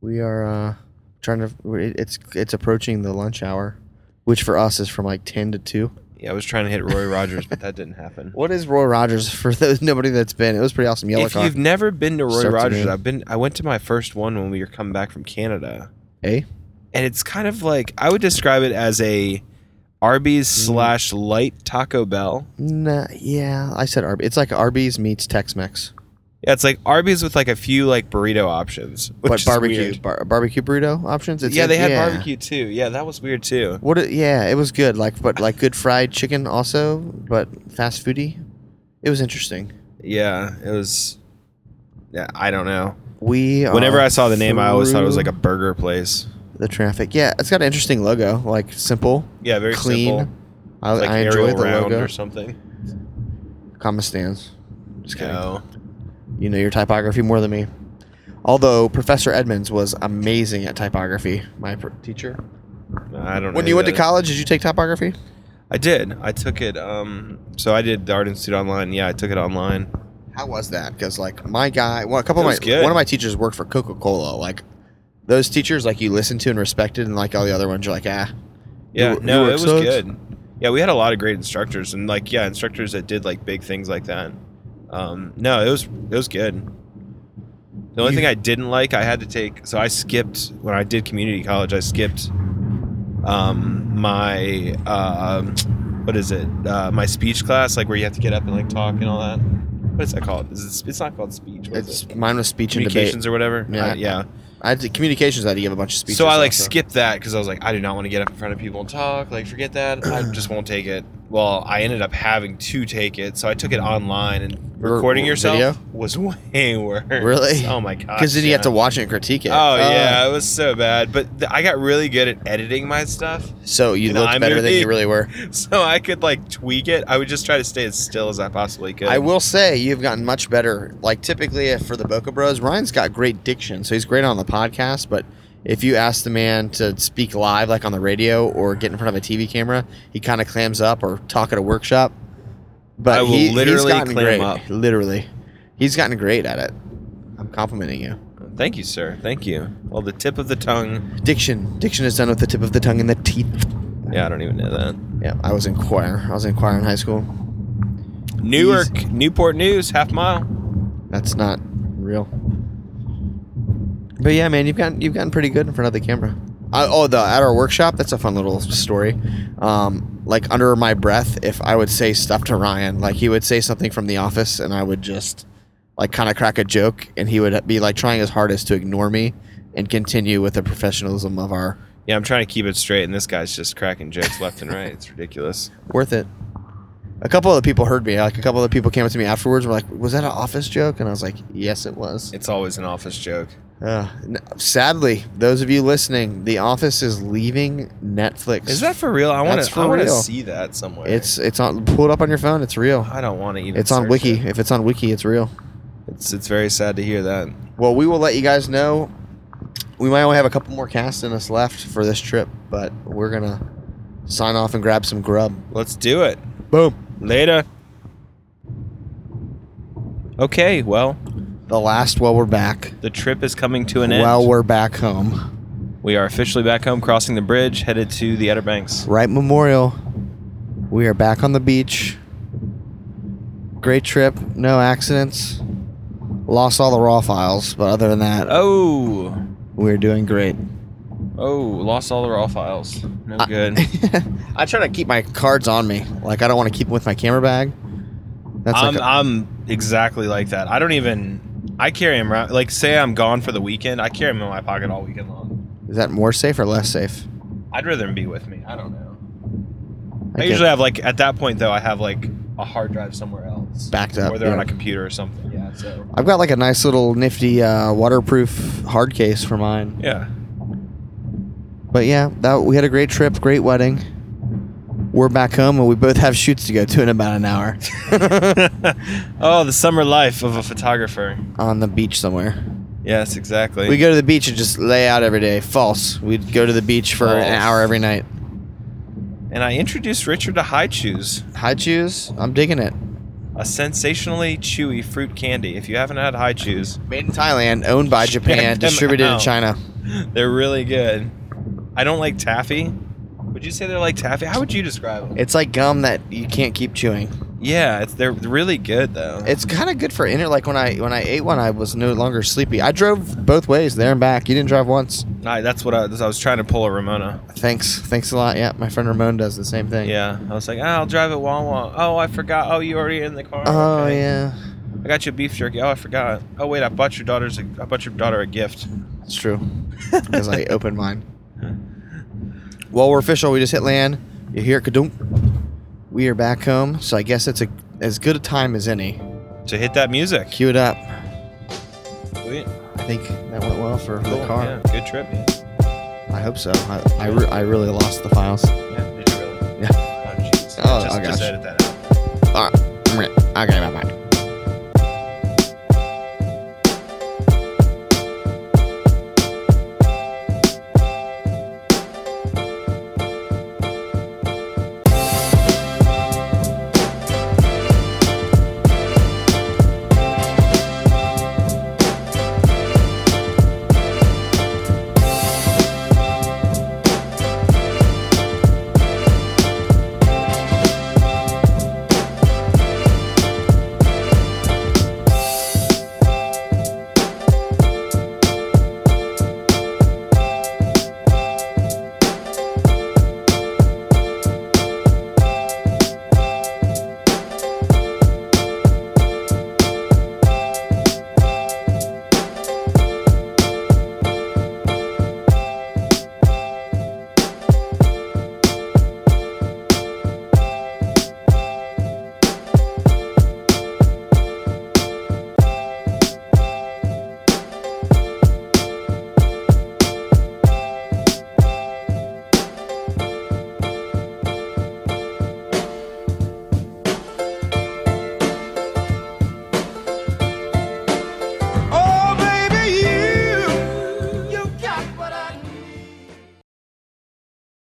We are uh, trying to. we- It's it's approaching the lunch hour, which for us is from like ten to two.
Yeah, I was trying to hit Roy Rogers, but that didn't happen.
What is Roy Rogers [laughs] for those nobody that's been? It was pretty awesome. Yellow
If
card.
you've never been to Roy
Starts
Rogers,
again.
I've been I went to my first one when we were coming back from Canada.
Eh?
And it's kind of like I would describe it as a Arby's
Mm-hmm.
slash light Taco Bell.
Nah, yeah, I said Arby's. It's like Arby's meets Tex-Mex.
Yeah, it's like Arby's with like a few like burrito options, [laughs] which
but
is
barbecue
weird.
bar- barbecue burrito options. It's
yeah,
it-
they had barbecue too. Yeah, that was weird too.
What? It, yeah, it was good. Like, but like good fried chicken also, but fast foody. It was interesting.
Yeah, it was. Yeah, I don't know.
We are
Whenever I saw the name, I always thought it was
through
like a burger place.
the traffic. Yeah, it's got an interesting logo. Like simple,
Yeah, very
clean.
simple.
I,
Like
I
aerial
enjoy the
round
logo.
or something.
Comma stands. Just kidding.
No.
You know your typography more than me. Although Professor Edmonds was amazing at typography, my pr- teacher.
I don't know.
When
who
you went
that
to
is.
college, did you take typography?
I did. I took it. Um, so I did the Art Institute online. Yeah, I took it online.
How was that? Because like my guy, well, a couple of
It
my
was good.
one of my teachers worked for Coca Cola. Like those teachers, like you listen to and respected, and like all the other ones, you're like, ah,
Yeah,
Your-
no,
your
it was
work sucks?
good. Yeah, we had a lot of great instructors, and like yeah, instructors that did like big things like that. Um, no, it was it was good. The only
You-
thing I didn't like, I had to take. So I skipped when I did community college. I skipped um, my um, what is it? Uh, my speech class, like where you have to get up and like talk and all that. What is that called? Is it, it's not called speech. What is
it's
it?
mine was speech and debate.
communications or whatever.
Yeah.
Uh, yeah.
I did communications. I had to give a bunch of speeches.
So I like
also.
skipped that because I was like, I do not want to get up in front of people and talk. Like, forget
[clears throat]
that. I just won't take it. Well, I ended up having to take it, so I took it online and
Re-
recording
re-
yourself
video?
was [laughs] way worse.
Really?
Oh my god!
because then you have to watch it and critique it.
Oh
Uh,
yeah, it was so bad. But th- I got really good at editing my stuff, [laughs]
So you
And
looked
I'm
better than
really-
you really were.
so I could like tweak it. I would just try to stay as still as I possibly could.
I will say you've gotten much better. Like typically uh, for the Boca Bros, Ryan's got great diction, so he's great on the podcast. But if you ask the man to speak live, like on the radio or get in front of a TV camera, he kind of clams up or talk at a workshop. But
I will
he, he's
literally
gotten
clam
great.
up.
Literally, he's gotten great at it. I'm complimenting you.
Thank you, sir. Thank you. Well, the tip of the tongue.
Diction, diction is done with the tip of the tongue and the teeth.
Yeah, I don't even know that.
Yeah, I was in choir. I was in choir in high school.
Newark, Newport News, half mile.
That's not real. But yeah, man, you've gotten you've gotten pretty good in front of the camera. I, oh, the at our workshop, that's a fun little story. Um, like under my breath, if I would say stuff to Ryan, like he would say something from The Office, and I would just like kind of crack a joke, and he would be like trying his hardest to ignore me and continue with the professionalism of our
Yeah, I'm trying to keep it straight, and this guy's just cracking jokes left and right. It's ridiculous.
worth it. A couple of the people heard me. Like a couple of the people came up to me afterwards, and were like, "Was that an Office joke?" And I was like, "Yes, it was."
It's always an office joke.
Uh, n- sadly, those of you listening, The Office is leaving Netflix.
Is that for real? I want
That's
to.
for
I want to
real.
see that somewhere.
It's it's on. Pull it up on your phone. It's real.
I don't want to even.
It's on
search
Wiki.
it.
If it's on Wiki, it's real.
It's it's very sad to hear that.
Well, we will let you guys know. We might only have a couple more casts in us left for this trip, but we're gonna sign off and grab some grub.
Let's do it
Boom.
later. Okay, well,
The last while we're back.
the trip is coming to an end.
While we're back home.
we are officially back home, crossing the bridge, headed to the Outer Banks.
Right Memorial. We are back on the beach. Great trip. No accidents. Lost all the raw files, but other than that,
Oh,
We're doing great. [laughs]
oh, lost all the raw files. No
I- [laughs]
good.
I try to keep my cards on me. Like I don't want to keep them with my camera bag. That's
I'm,
like
I'm exactly like that. I don't even. I carry him around. Like, say I'm gone for the weekend, I carry him in my pocket all weekend long.
a- is that more safe or less safe?
I'd rather him be with me. I don't know. I,
get
usually have like at that point though, I have like a hard drive somewhere else,
backed up.
or they're
yeah.
on a computer or something. Yeah. So.
I've got like a nice little nifty uh, waterproof hard case for mine.
Yeah. [laughs]
But yeah, that we had a great trip, great wedding. We're back home and we both have shoots to go to in about an hour
oh, the summer life of a photographer.
on the beach somewhere.
Yes, exactly.
We go to the beach and just lay out every day. False. We'd go to the beach for an
False.
hour every night.
and I introduced Richard to high chews,
High chews. I'm digging it.
a sensationally chewy fruit candy. If you haven't had high chews, [laughs]
Made in Thailand, owned by
Check
Japan, [laughs]
them
distributed in
out.
China.
They're really good. I don't like taffy. Would you say they're like taffy? How would you describe them?
It's like gum that you can't keep chewing.
yeah, it's, they're really good though.
It's kind of good for inner. Like when I when I ate one, I was no longer sleepy. I drove both ways, there and back. You didn't drive once.
I, that's what I, I was trying to pull a Ramona.
Thanks, thanks a lot. Yeah, my friend Ramon does the same thing.
Yeah, I was like, "Ah, I'll drive at Wawa. Oh, I forgot. Oh, you already in the car.
Oh
Okay."
yeah.
I got you beef jerky. Oh, I forgot. Oh wait, I bought your daughter's. A, I bought your daughter a gift.
It's true. Because I opened mine. Well, we're official. We just hit land. You're here, Kadunk. We are back home, so I guess it's a as good a time as any.
To hit that music.
Cue it up.
Sweet.
I think that went well for
Cool.
the car.
Yeah, good trip, man.
I hope so. I I, re- I really lost the files.
Yeah, did you really?
Yeah.
Oh, jeez.
Oh,
just,
I
just
gotcha.
edit that out.
Okay, bye bye.